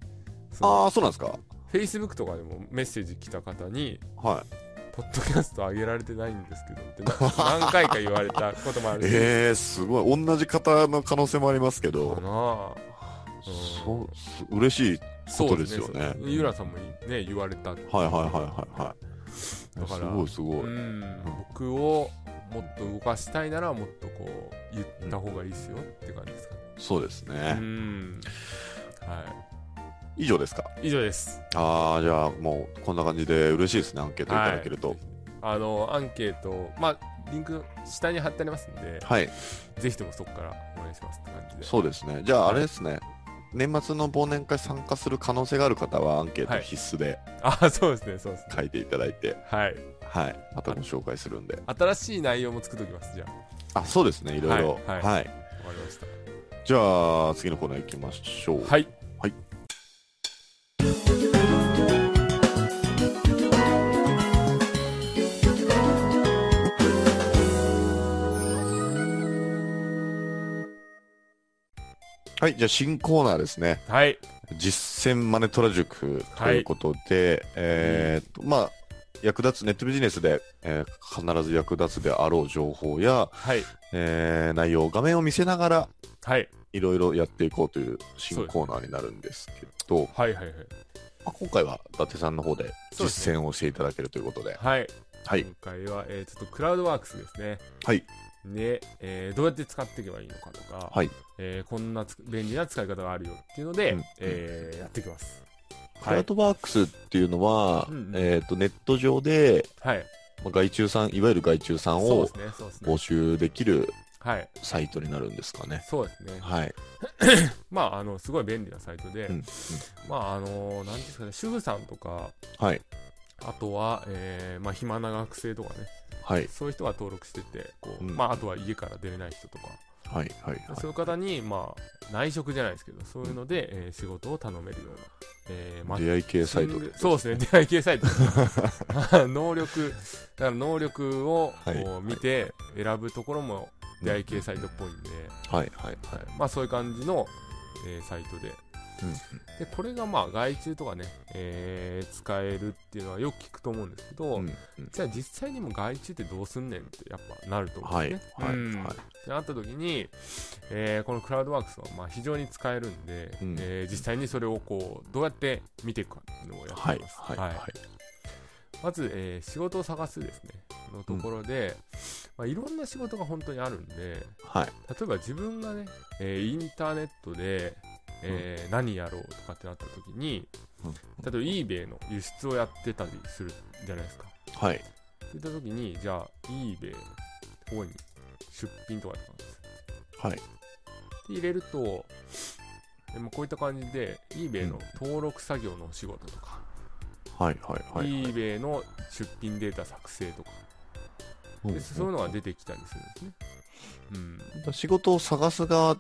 S2: その
S1: ああ、そうなんですか。
S2: Facebook とかでもメッセージ来た方に、
S1: はい。
S2: ポッドキャスト上げられてないんですけどってな何回か言われたこともあるし、
S1: ええー、すごい。同じ方の可能性もありますけ
S2: か
S1: ど、
S2: なあ
S1: そう、す嬉しい。ことですよね
S2: そうゆうらさんもね、言われた。だか
S1: はいはいはいはいはい。
S2: ら、
S1: すごいすごい。
S2: うん、僕をもっと動かしたいならもっとこう言った方がいいですよって感じですかね。
S1: そうです
S2: う
S1: ね。
S2: ん。は
S1: 以上ですか。
S2: い。以上です。
S1: ああ、じゃあもうこんな感じで嬉しいですね。アンケートいただけると。
S2: あの、アンケート、まあ、リンク下に貼ってありますんで、
S1: はい。
S2: ぜひともそこからお願いしますって感じで。
S1: そうですね。じゃああれですね。年末の忘年会参加する可能性がある方はアンケート必須で
S2: あ、そうですね、そうですね。
S1: 書いていただいて、
S2: はい。
S1: はい。またご紹介するんで。
S2: 新しい内容も作っておきます、じゃ
S1: あ、そうですね。いろいろ。
S2: はいはい
S1: はい。
S2: あ。わかりました。
S1: じゃあ次のコーナー行きましょう。
S2: はい。
S1: はい。はい、じゃあ新コーナーですね。
S2: はい。
S1: 実践マネトラ塾ということで、えーっと、まあ、役立つ、ネットビジネスで、えー必ず役立つであろう情報や、
S2: はい。
S1: えー内容、画面を見せながら
S2: はい。
S1: いろいろやっていこうという新コーナーになるんですけど、
S2: はい。はい。
S1: まあ、今回は伊達さんの方で
S2: そうです
S1: 実践をしていただけるということで、
S2: はい。
S1: はい、
S2: 今回は、えーちょっとクラウドワークスですね。
S1: はい、
S2: で、えーどうやって使っていけばいいのかとか、
S1: はい
S2: えーこんなつ便利な使い方があるよっていうので、
S1: うん
S2: えーやっていきます。
S1: クラウドワークスっていうのは、
S2: うんうん
S1: えー、とネット上で、
S2: はい。
S1: まあ、外注さん、いわゆる外注さん
S2: そう
S1: を
S2: ですね、そうです
S1: 募
S2: ね。
S1: 集できる
S2: はい。
S1: サイトになるんですかね。
S2: そうですね。
S1: はい、
S2: まあ、あの、すごい便利なサイトで、
S1: うんうん
S2: まあ、あの、なんていうんですかね、主婦さんとか、
S1: はい、
S2: あとは、えーまあ、暇な学生とかね、
S1: はい、
S2: そういう人は登録してて、こう、
S1: うん
S2: まあ、あとは家から出れない人とか、
S1: はい、はい、はい
S2: そういう方に、まあ、内職じゃないですけど、そういうので、えー仕事を頼めるような、えー、マッチング
S1: 出会い系サイトで。
S2: そうですね、出会い系サイトですね。 能力、だから能力をこ
S1: は
S2: う見て選ぶところも出会い系サイトっぽいんで、
S1: はい、はい、は
S2: はいまあそういう感じの、えーサイトで。
S1: い。うん
S2: で、これがまあ外注とかね、えー使えるっていうのはよく聞くと思うんですけど、
S1: うんうん
S2: じゃあ実際にも外注ってどうすんねんってやっぱなると思うん
S1: はい、
S2: で
S1: はい
S2: すね。、
S1: はい
S2: うんってなった時に、えーこのクラウドワークスはまあ非常に使えるんで、
S1: うん
S2: えー実際にそれをこうどうやって見ていくかっていうのをやっ
S1: は
S2: て
S1: い、
S2: ます。
S1: はい、
S2: は
S1: はいい。
S2: まず、えー仕事を探すですねのところで、まあ、いろんな仕事が本当にあるんで例
S1: はい、
S2: えば自分がね、えーインターネットで、えー何やろうとかってなった時に
S1: うん
S2: 例えば eBay の輸出をやってたりするじゃないですか
S1: はい、
S2: そういった時にじゃあ eBay ここに出品とかってます
S1: はい、
S2: で入れるとでもこういった感じで eBay の登録作業のお仕事とか、
S1: はい、はい、はい。
S2: eBay の出品データ作成とか
S1: うん
S2: でそういうのが出てきたりするんですね。うん。
S1: 仕事を探す側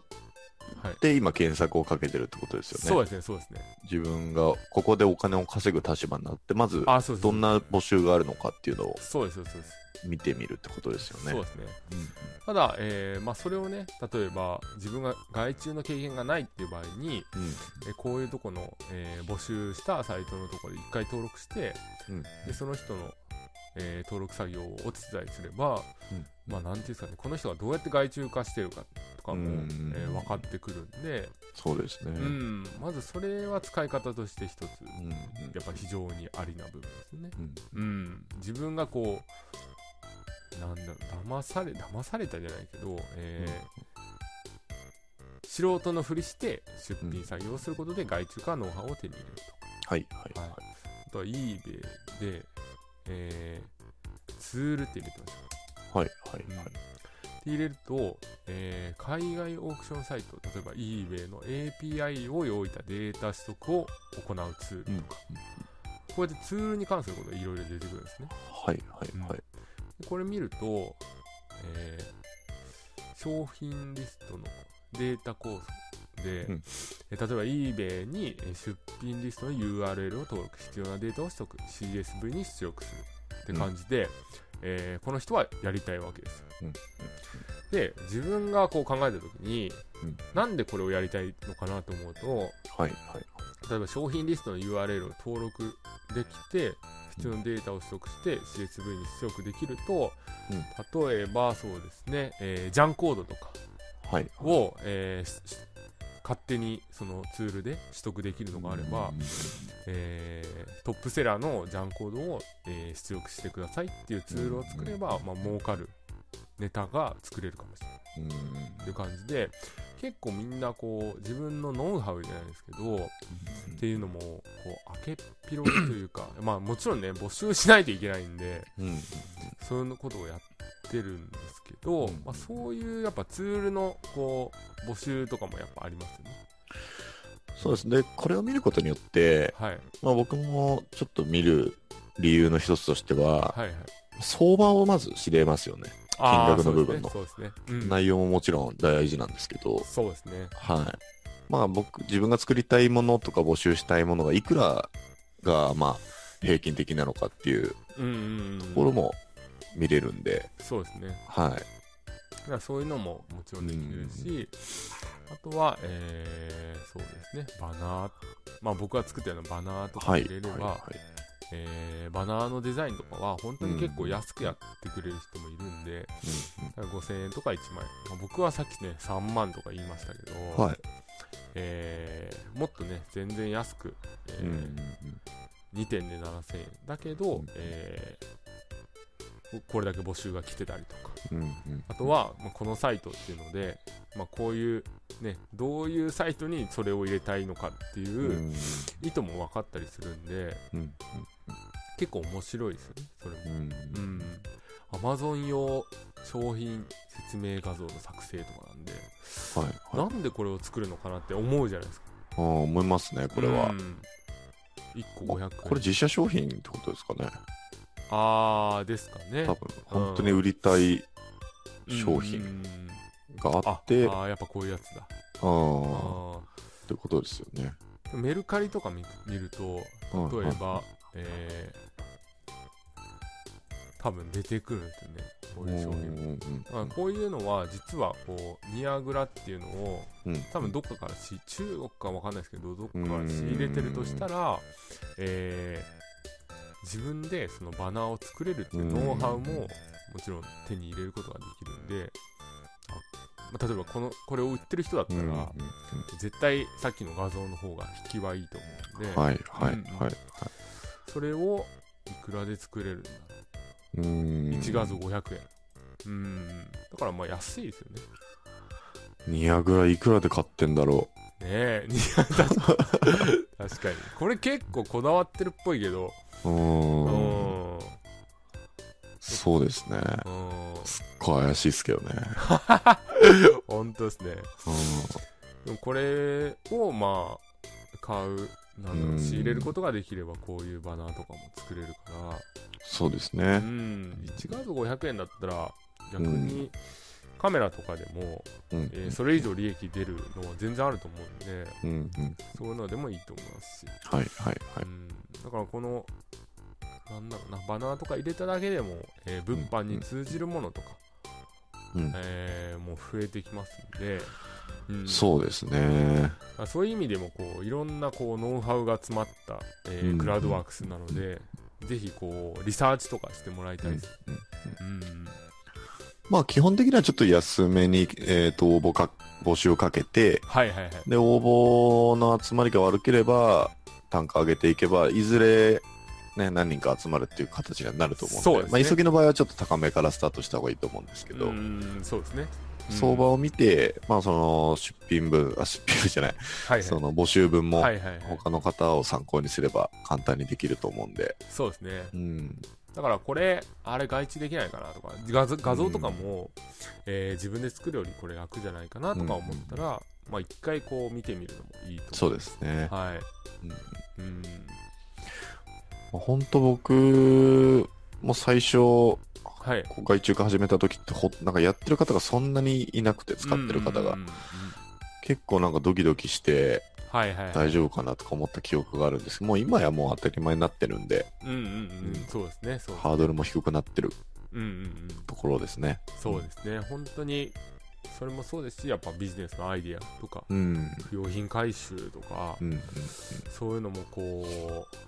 S2: はい。
S1: で今検索をかけてるってことですよね。
S2: そうですね、そうですね。
S1: 自分がここでお金を稼ぐ立場になってまず
S2: あ、そうです。
S1: どんな募集があるのかっていうのを
S2: そうです、そうです。そうです
S1: 見てみるってことですよね。
S2: そうですね。ただ、えーまあ、それをね、例えば、自分が外注の経験がないっていう場合に、
S1: うん
S2: えーこういうとこの、えー募集したサイトのところで一回登録して、
S1: うん
S2: で、その人の、えー登録作業をお手伝いすれば、
S1: うん
S2: まあ、なんていうんですかね、この人がどうやって外注化してるかとかも、
S1: うん
S2: えー分かってくるんで、
S1: そうですね。
S2: う
S1: うん
S2: ん、まずそれは使い方として一つ、
S1: うん
S2: やっぱ非常にありな部分ですね。
S1: うん
S2: うん、自分がこう、なんだろう、騙され、騙されたじゃないけど、えー素人のふりして出品作業をすることで外注化ノウハウを手に入れる
S1: はいはい
S2: と。はい、あとは eBay で、えーツールって入れてましょ
S1: はいはい。
S2: う。って入れると、えー海外オークションサイト、例えば eBay の API を用意したデータ取得を行うツール、
S1: うん
S2: こうやってツールに関することがいろいろ出てくるんですね。
S1: はいはいはい。
S2: でこれ見ると、えー商品リストのデータ構成で、
S1: うん
S2: え例えば eBay にえ出品リストの URL を登録必要なデータを取得 CSV に出力するって感じで、えーこの人はやりたいわけですよ、
S1: うんうん
S2: で自分がこう考えた時に、
S1: うん
S2: なんでこれをやりたいのかなと思うと
S1: はいはい。
S2: 例えば商品リストの URL を登録できて必要なデータを取得して CSV に出力できると、例えばそうですね、えージャンコードとか
S1: はい。
S2: を、えーしし勝手にそのツールで取得できるのがあれば、
S1: うん
S2: えートップセラーのジャンコードを、えー出力してくださいっていうツールを作れば、まあ儲かるネタが作れるかもしれない
S1: うん
S2: っていう感じで結構みんなこう自分のノウハウじゃないですけどっていうのもこう開けっぴろげというか まあもちろんね募集しないといけないんで
S1: うん
S2: そういうことをやってるんですけど、
S1: うん
S2: まあ、そういうやっぱツールのこう募集とかもやっぱありますよね。
S1: そうですね。これを見ることによって、
S2: はい、
S1: まあ、僕もちょっと見る理由の一つとしては、
S2: はい、はい
S1: 相場をまず知れますよね。
S2: あ
S1: 金
S2: ー
S1: 額の部分の
S2: そうですねそうですね、うん
S1: 内容ももちろん大事なんですけど、
S2: そうですね
S1: はい。まあ僕、自分が作りたいものとか募集したいものがいくらが、まあ、平均的なのかっていう
S2: うんうんうん
S1: ところも見れるんで、
S2: そうですね
S1: はい。
S2: だからそういうのももちろんできるし、あとは、えー、そうですね、バナー、まあ、僕が作ったようなバナーとか
S1: はい。
S2: 入れれば、
S1: はいはい
S2: えーバナーのデザインとかは本当に結構安くやってくれる人もいるんで、
S1: うん
S2: だから5000円とか1万円、まあ僕はさっきね、3万とか言いましたけど、
S1: うんはい。
S2: えーもっとね、全然安く、えー
S1: うんうん
S2: 2点で7000円、だけど、
S1: うん
S2: えーここれだけ募集が来てたりとか。
S1: うんうん
S2: あとは、まあ、このサイトっていうので、まあ、こういう、ね、どういうサイトにそれを入れたいのかっ
S1: う
S2: て
S1: んう
S2: いうん意図も分かったりするんで
S1: うん
S2: 結構面白いですよねそれも
S1: う。ん
S2: うん、Amazon 用商品説明画像の作成とかなんで、
S1: はいはい
S2: なんでこれを作るのかなって思うじゃないですか。
S1: あー思いますね、これは
S2: う。ん1個500円。
S1: これ自社商品ってことですかね。
S2: あーですかね
S1: 多。分、本当に売りたい商
S2: うんう
S1: 品
S2: んうん
S1: があ
S2: あ
S1: っ
S2: あ
S1: て、あ
S2: ーやっぱこういうやつだ。あ
S1: あ、
S2: ー
S1: ってことですよね。
S2: メルカリとか見見ると
S1: うん
S2: 例えば、えー多分出てくるんですよねこういう商
S1: うん
S2: 品
S1: うんうん
S2: あこういうのは実はこうニアグラっていうのを
S1: うん
S2: 多分どっかからし中国かわかんないですけどどっかから仕入れてるとしたら、えー自分でそのバナーを作れるっていうノウハウ
S1: うん
S2: ももちろん手に入れることができるんであまあ例えばこのこれを売ってる人だった
S1: うん
S2: ら、
S1: うんうん
S2: 絶対さっきの画像の方が引きはいいと思うんで、
S1: はいはい
S2: うん
S1: はい。
S2: それをいくらで作れるんだ1
S1: 1
S2: 画像500円うんだからまあ安いですよねね
S1: ニアグラいくらで買ってんだろ
S2: え確かに確かにこれ結構こだわってるっぽいけど
S1: うう
S2: う
S1: ーん
S2: んうん
S1: そうですねこう怪しいっすけどね
S2: 本当ですね
S1: う
S2: でもこれをまあ買うなんだ
S1: う
S2: ろうん仕入れることができればこういうバナーとかも作れるから
S1: そうです
S2: う
S1: ね
S2: ん1画像500円だったら逆にカメラとかでも、
S1: うん
S2: えーそれ以上利益出るのは全然あると思うんで
S1: うんうん
S2: そういうのでもいいと思いますし、
S1: はいはいは
S2: うん、だからこのなんだろうなバナーとか入れただけでも、えー物販に通じるものとか、
S1: いうん
S2: えーもう増えてきますんで、うん
S1: そうですね
S2: あそういう意味でもこういろんなこうノウハウが詰まった、えー
S1: うん
S2: クラウドワークスなので、ぜひこうリサーチとかしてもらいたいです、
S1: うんうん
S2: うん
S1: まあ基本的にはちょっと安めにえーと応募か募集をかけて
S2: はいはいはい
S1: で応募の集まりが悪ければ単価上げていけばいずれね、何人か集まるっていう形にはなると思うんで
S2: そうですね
S1: まあ、急ぎの場合はちょっと高めからスタートした方がいいと思うんですけど、
S2: うんそうですね
S1: 相場を見て、まあその出品分、あ、出品分じゃない、
S2: はいはい
S1: その募集分も
S2: はいはいはい
S1: 他の方を参考にすれば簡単にできると思うんで、
S2: そうですね
S1: うん、
S2: だからこれあれ外注できないかなとか画像画像とかも、えー自分で作るよりこれ楽じゃないかなとか思ったら、まあ一回こう見てみるのもいいと思
S1: そうですね。
S2: はい
S1: うんま
S2: うん
S1: あ本当僕も最初、こ
S2: はい、
S1: う外注化始めた時ってほ、なんかやってる方がそんなにいなくて使ってる方が
S2: うんうんうんうん。
S1: 結構なんかドキドキして
S2: はいはい、
S1: 大丈夫かなとか思った記憶があるんですけど、もう今やもう当たり前になってるんで、
S2: うんうんうん、
S1: うん
S2: そうですねそう
S1: ハードルも低くなってる
S2: うんうんうん
S1: ところですね。
S2: そうですね本当にそれもそうですしやっぱビジネスのアイディアとか
S1: うん。
S2: 不用品回収とか、
S1: うん。
S2: そういうのもこ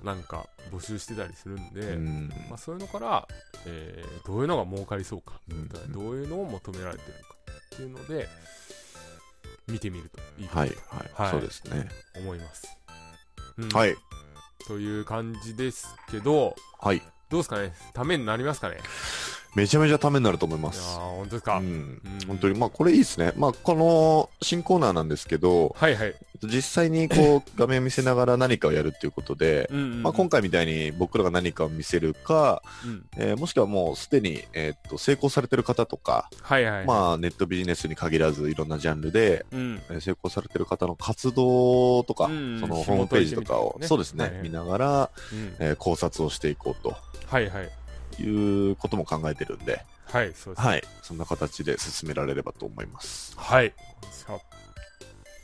S2: うなんか募集してたりするんで、
S1: うん。
S2: まあ、そういうのから、えーどういうのが儲かりそうか
S1: うん
S2: だからどういうのを求められてるのかっていうので見てみるといいか
S1: はい、
S2: と
S1: は
S2: はい
S1: い。そうですね。
S2: 思います、うん
S1: はい。
S2: という感じですけど
S1: はい。
S2: どうですかねためになりますかねいや
S1: めちゃめちゃためになると思いま
S2: ー
S1: す。
S2: 本当です
S1: う
S2: か、
S1: ん
S2: うん。
S1: 本当に、まあこれいいですね。まあこの新コーナーなんですけど、
S2: はいはい、
S1: 実際に こう画面を見せながら何かをやるっていうことで、
S2: うんうんうん
S1: まあ、今、回みたいに僕らが何かを見せるか、
S2: うん
S1: えーもしくはもうすでに、えーっと成功されてる方とか、
S2: はいはい、
S1: まあ、ネットビジネスに限らずいろんなジャンルで、
S2: うん、
S1: えー成功されてる方の活動とか、
S2: うん
S1: そのホー
S2: 紐
S1: ムペ
S2: 解
S1: ー
S2: い
S1: ジ
S2: て
S1: と
S2: みた
S1: かを、
S2: りね
S1: そうですね、
S2: はいはい
S1: 見ながら、
S2: うん、
S1: えー考察をしていこう
S2: はいはい
S1: ということも考えてるんで、
S2: はいそうです
S1: はい、そんな形で進められればと思います。
S2: はいそう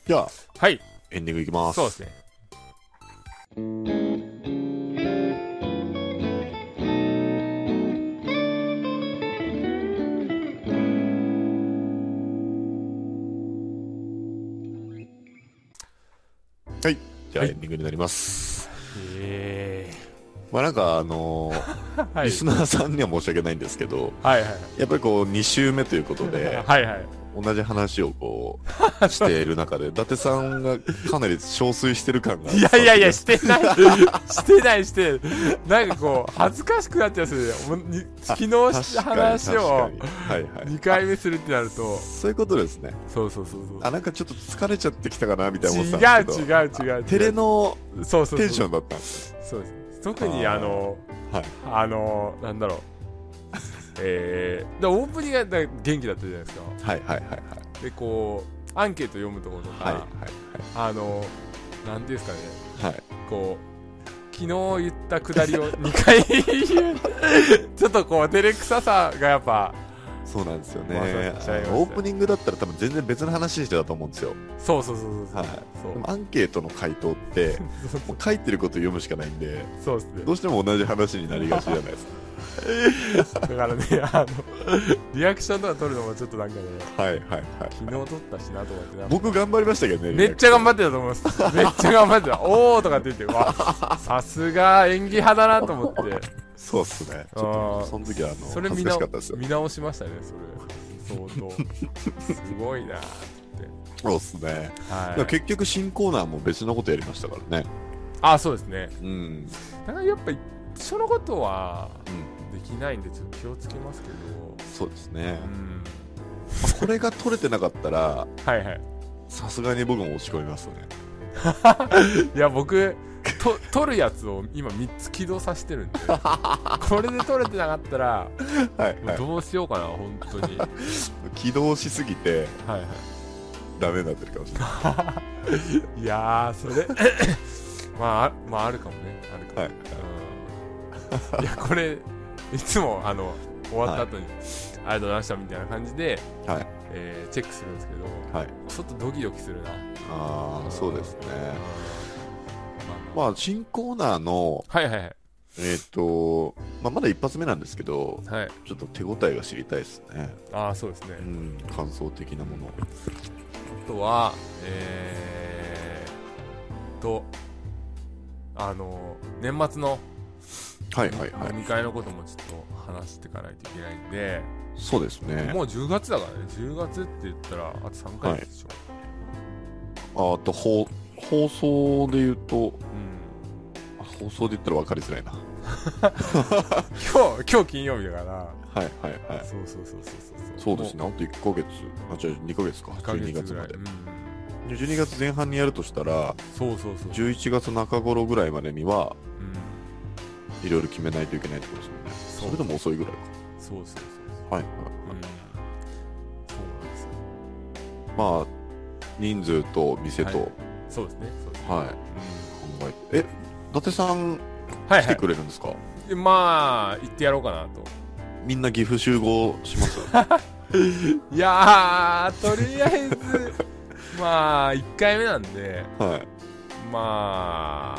S1: じゃあ、
S2: はい
S1: エンディングいきます。
S2: そうですね
S1: じゃあ、
S2: はい
S1: エンディングになります。
S2: え
S1: まあなんか、あのー
S2: ー、はい
S1: リスナーさんには申し訳ないんですけど、
S2: はいはい
S1: やっぱりこう、2週目ということで、
S2: はいはい
S1: 同じ話をこう、している中で、伊達さんがかなり憔悴してる感が。
S2: いやいやいや、してない、してない、 してない、なんかこう、恥ずかしくなっちゃうんですよね、もうに昨日し
S1: 確かに
S2: 話
S1: 確かに
S2: を
S1: はいはい。
S2: 2回目するってなると、
S1: そういうことですね。
S2: そうそうそうそう
S1: あ、、なんかちょっと疲れちゃってきたかな、みたいな
S2: 違
S1: 思
S2: う
S1: ってたんですけど。
S2: 違う違う違う、
S1: テレの
S2: そうそうそう
S1: テンションだったんです。
S2: そうです特に
S1: あー
S2: あの、
S1: はい
S2: あの、なんだろう、えー、でオープニングがだ元気だったじゃないですか、
S1: はいはいはいはい。
S2: で、こう、アンケート読むところとか、
S1: はいは
S2: あの、なんていうんですかね、
S1: いはい。
S2: こう昨日言ったくだりを2回言うちょっとこう照れくささがやっぱ
S1: そうなんですよ
S2: まあそう
S1: ね
S2: 言っちゃいまし。た
S1: オープニングだったら多分全然別の話してたと思うんですよ。
S2: そうそうそうそうそう、
S1: はい
S2: そう
S1: でもアンケートの回答 って、もう書いてることを読むしかないんで、
S2: そうっすね
S1: どうしても同じ話になりがちじゃないです
S2: だからねあのリアクションとか取るのもちょっとなんかね
S1: か。はいはいはい。
S2: 昨日取ったしなと思ってな
S1: 僕頑張りましたけどね。
S2: めっちゃ頑
S1: っ
S2: 張ってたと思いますめっちゃ頑張ってた おーとかって言ってわさすが演技派だなと思って
S1: そうっすね。 ちょっと、その時はあの、
S2: それ
S1: 恥
S2: 見
S1: ずかし
S2: 直
S1: かったですよ。
S2: 見直しましたねそれ相当すごいなって
S1: そうっすね。だから
S2: はい
S1: 結局新コーナーも別のことやりましたからね。
S2: あそうですね
S1: うん。
S2: だからやっぱ一緒のことは
S1: う
S2: できないんでちょっと気をつけますけど
S1: そうですね
S2: う。ん
S1: まあこれが取れてなかったら、
S2: はいはい
S1: さすがに僕も落ち込みますね。
S2: いや僕と 取るやつを今3つ起動させてるんで これで取れてなかったら
S1: はい
S2: も
S1: は
S2: う
S1: い。
S2: どうしようかな本当 にはい
S1: 起動しすぎて、
S2: は
S1: ダメになってるかもしれない。
S2: いいやー それまああまああるかもねあるかも、
S1: はい
S2: うんいやこれいつもあの終わった後に、ありがとうございましたみたいな感じで、
S1: はい
S2: えーチェックするんですけど
S1: はい。
S2: ちょっとドキドキするな
S1: ああ、そうですね。
S2: まあ、
S1: まあ、新コーナーの、
S2: はいはいはい
S1: えっ、と、まあ、まだ一発目なんですけど、
S2: はい
S1: ちょっと手応えが知りたいですね。
S2: ああそうですね
S1: うん、感想的なもの。
S2: あとはえー、とあの年末の
S1: はいはいは
S2: 飲
S1: い。
S2: み会のこともちょっと話していかないといけないんで、
S1: そうですね。
S2: もう10月だからね10月って言ったらあと3ヶ月でしょ、
S1: ああと、放放送で言うと、
S2: うん
S1: あ放送で言ったら分かりづらいな。
S2: 今日今日金曜日だから
S1: はいはいはい。
S2: そうそうそうそうそ
S1: そううですね。あと1ヶ月、あ、違う、2ヶ月か。
S2: 1ヶ
S1: 12
S2: 月
S1: 月
S2: ぐら
S1: ま
S2: い、
S1: で
S2: う。ん、
S1: で12月前半にやるとしたら、
S2: そうそうそう、
S1: 11月中頃ぐらいまでには、
S2: うん、
S1: いろいろ決めないといけないってことですもんね。
S2: そ
S1: そうれでも遅いぐらい
S2: そうそうそうそう
S1: か。はいはい。
S2: うんそう
S1: まあ、
S2: なんですよ
S1: 人数と店と、
S2: は
S1: はい
S2: そうですねそうですね、
S1: い、考えて。え、伊達さん
S2: うんはい
S1: 来
S2: は
S1: て
S2: い
S1: くれるんですか、
S2: でまあ行ってやろうかなと
S1: みんな岐阜 集合します
S2: いやーとりあえず まあ1回目なんで
S1: はい。
S2: まあ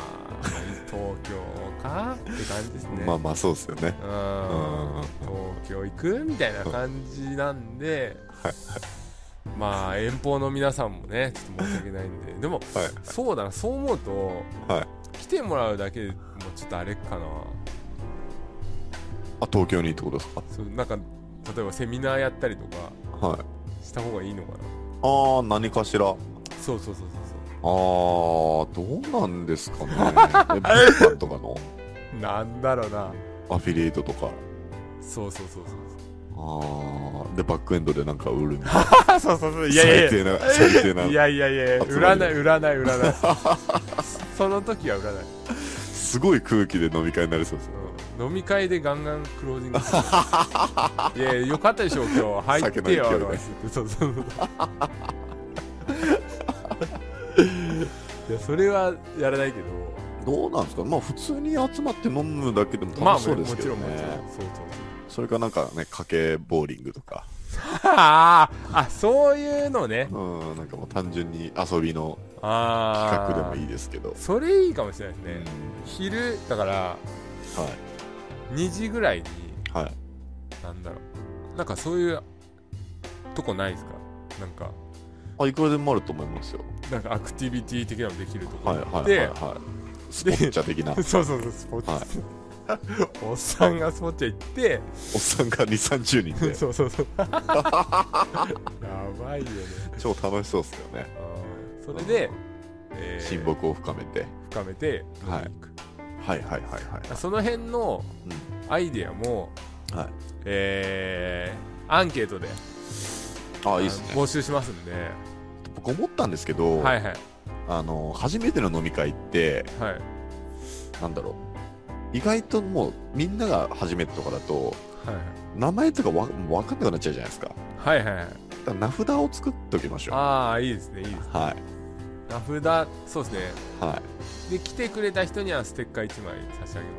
S2: 東京かって感じですね、
S1: まあまあ、そうですよね。
S2: うん東京行くみたいな感じなんで、まあ遠方の皆さんもねちょっと申し訳ないんででも
S1: はい。
S2: そうだなそう思うと
S1: はい。
S2: 来てもらうだけでもちょっとあれかな
S1: あ、東京にってことですか
S2: そうなんか例えばセミナーやったりとか
S1: はい。
S2: した方がいいのかな
S1: ああ、何かしら。あ
S2: そうそうそうそう
S1: あ、どうなんですか ね。え、ブックマンとかの
S2: そうなんだろうな
S1: アフィリエイトとか。
S2: そうそうそうそう
S1: ああ、で、バックエンドでなんか売るみたいな。
S2: あそうそう そういやいやいや。
S1: 最低な、最低ない
S2: やいやいや
S1: 集まり
S2: 売らな
S1: だ
S2: い売らない売らない その時は売らない、
S1: すごい空気で飲み会になりそうですよ。
S2: うん飲み会でガンガンクロージングす るいやいやよかったでしょ今日入ってよ
S1: 酒の勢いで
S2: そうそうそういやそれはやらないけど
S1: どうなんですかまあ、普通に集まって飲むだけでも
S2: まあ
S1: 楽しそうですけど
S2: もちろんもちろ
S1: ね。
S2: んそうそうそう
S1: それかなんかね、かけボーリングとか。
S2: あーあそういうのね
S1: うん、なんかもう単純に遊びの
S2: ああ
S1: 企画でもい
S2: い
S1: いですけど。
S2: それいいかもしれないですね、
S1: う
S2: 昼だから
S1: んは
S2: 2時ぐらいに
S1: い。はい。
S2: なんだろうなんかそういうとこないですかなんか
S1: あ、いくらでもあると思いますよ。
S2: なんかアクティビティ的なのできるとこ
S1: はいはいはいは
S2: で
S1: い。スポッチャ的な。おっ
S2: そうそうそうスポーツ、 おっさんがスポッチャ行って
S1: さんが2、30人で。
S2: そうそうそうやばいよね
S1: 超楽しそうですよね。
S2: あーそれで、えー
S1: 親睦を深めて。
S2: 深めて飲み
S1: は
S2: に行く、
S1: いはいはいはい。
S2: その辺の
S1: う
S2: アイデアも、
S1: はい
S2: えーアンケートで
S1: あ、いいです
S2: あ
S1: ね。
S2: の募集しますんで、
S1: 僕思ったんですけど、
S2: はいはい
S1: あの、初めての飲み会って、
S2: はい
S1: なんだろう。意外ともう、みんなが初めてとかだと、
S2: は
S1: 名前とかわ分かんなくなっちゃうじゃないですか。だ
S2: いはいはいはい
S1: から名札を作っておきましょう。
S2: ああいいですねいいですね
S1: はい。
S2: 名札そうですね
S1: は
S2: で来てくれた人にはステッカー1枚差し上げ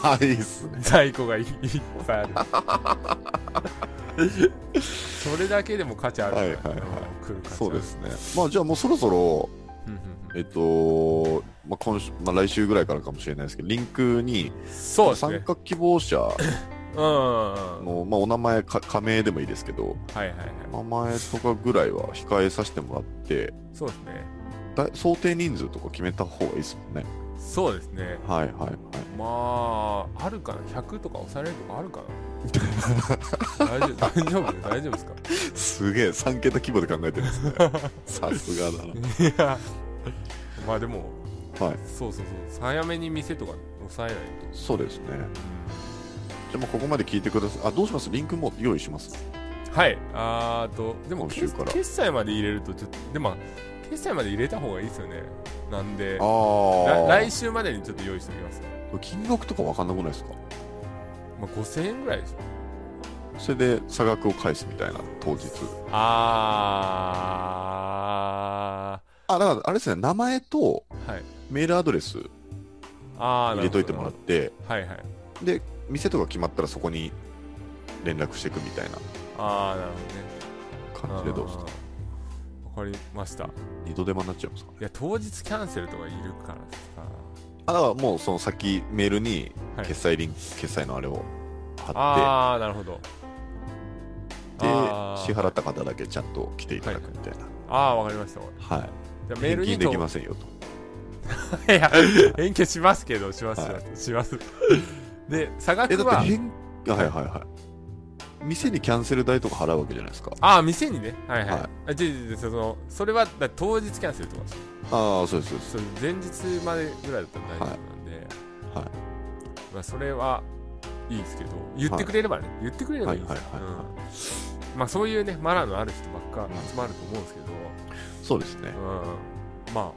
S2: ま
S1: い。いいっすね。
S2: す在庫がいいっぱい あるそれだけでも価値あるから
S1: はいはいはい
S2: うん来る価値ある
S1: そうですね。まあじゃあもうそろそろ、
S2: うんうんう
S1: えっと、まあ、今週、まあ、来週ぐらいからかもしれないですけど、リンクに、
S2: んそうです
S1: 参
S2: ね
S1: 加希望者
S2: うんうんうん
S1: の、まあ、お名前か、仮名でもいいですけど、
S2: はいはいはい
S1: 名前とかぐらいは控えさせてもらって、
S2: そうですね
S1: だ想定人数とか決めた方がいいですもんね。
S2: そうですね
S1: はいはいはい。
S2: まああるかな100とか押されるとかあるか な大丈夫大丈夫大丈夫ですか
S1: すげえ、3桁規模で考えてるん ですね。さすがだ
S2: いやまあでも
S1: な。はい。
S2: そうそうそう早めに店とか抑えない
S1: そうですね。じゃあもうここまで聞いてください。あ、どうしますリンクも用意します。
S2: とはいあーとでも
S1: 今週
S2: 決
S1: から
S2: 決済まで入れるとちょっとでもまあ決済まで入れた方がいいですよねなん
S1: あ
S2: でら
S1: あ。
S2: 来週までにちょっと用意しておきます、
S1: 金額とかわかんなくないですか
S2: まあ、5000円ぐらいでしょ
S1: それで差額を返すみたいな、当日。
S2: あ
S1: あ、だからあれですね、名前と
S2: ーはい
S1: メールアドレス
S2: あー
S1: 入れといてもらっ
S2: なる
S1: て、
S2: ほどはいはい
S1: で、店とか決まったらそこに連絡していくみたいな
S2: ああなるほ
S1: 感
S2: ど
S1: じ
S2: ね
S1: でどうですか
S2: あーわかりましたい
S1: 二度手間になっちゃいますか
S2: や当日キャンセルとかいるからさ
S1: あ、だからもうその先メールに
S2: はい
S1: 決済リンク、決済のあれを貼っ
S2: ああなるほど
S1: て、で、
S2: あー
S1: 支払った方だけちゃんと来ていただくみたいな。
S2: ああわかりましたじ
S1: はい。
S2: ゃあメー
S1: 返
S2: ルに
S1: 金
S2: と
S1: できませんよと。
S2: いや返金しますけどします、
S1: は
S2: します で差
S1: え、
S2: 額
S1: だ
S2: は
S1: って返、はいはいはい。店にキャンセル代とか払うわけじゃないですか。
S2: ああ店にねはいはい、
S1: はい
S2: あじゃじゃそのそれはだ当日キャンセルとか
S1: ああ、そうです、そうです。
S2: それ前日までぐらいだったら大丈夫なんで、
S1: はいはい
S2: まあ、それはいいですけど言ってくれればね、言ってくれればいいんですよ
S1: はいはいはいは
S2: うんまあそういうねマナーのある人ばっか集まると思うんですけど、
S1: そうですね。
S2: うん、まあ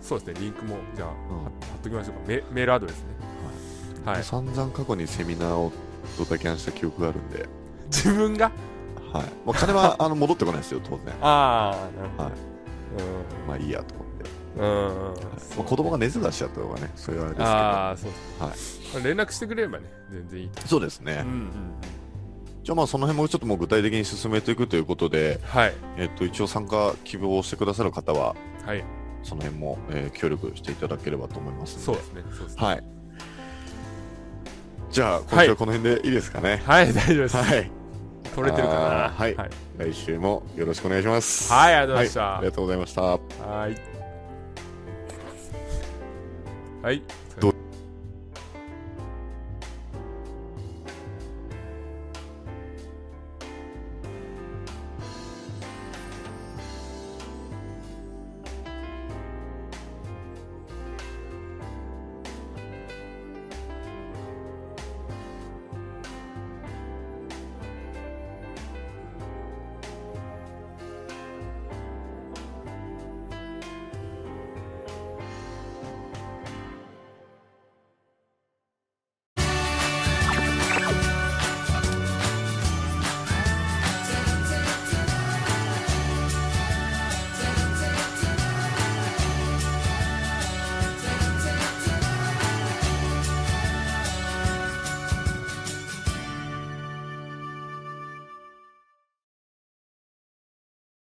S2: そうですねリンクもじゃあ
S1: うん
S2: 貼っときましょうかメメールアドレスねはい、
S1: 散々過去にセミナーをドタキャンした記憶があるんで、
S2: 自分が
S1: はいまあ、金はあの戻ってこないですよ、当然。
S2: ああなるほど、
S1: はいまあいいやと思って。
S2: うんう
S1: ま
S2: ん
S1: あ、子供が熱出しちゃったとかね、そういうあれですけど。
S2: ああそうです、まあ連絡してくれればね全然いいと
S1: そうですね
S2: う。ん
S1: じゃあまあその辺もちょっともう具体的に進めていくということで、
S2: はい
S1: えっと、一応参加希望してくださる方は
S2: はい
S1: その辺も、えー協力していただければと思います
S2: そう
S1: ので
S2: ですねそうですね
S1: はいじゃあ今週はこの辺でいいですかね
S2: はい大丈夫です、
S1: はい、
S2: 取れてるかな
S1: あーはい
S2: はい、
S1: 来週もよろしくお願いします
S2: はいありがとうございまし
S1: は
S2: た
S1: いありがとうございました
S2: はいはい
S1: ど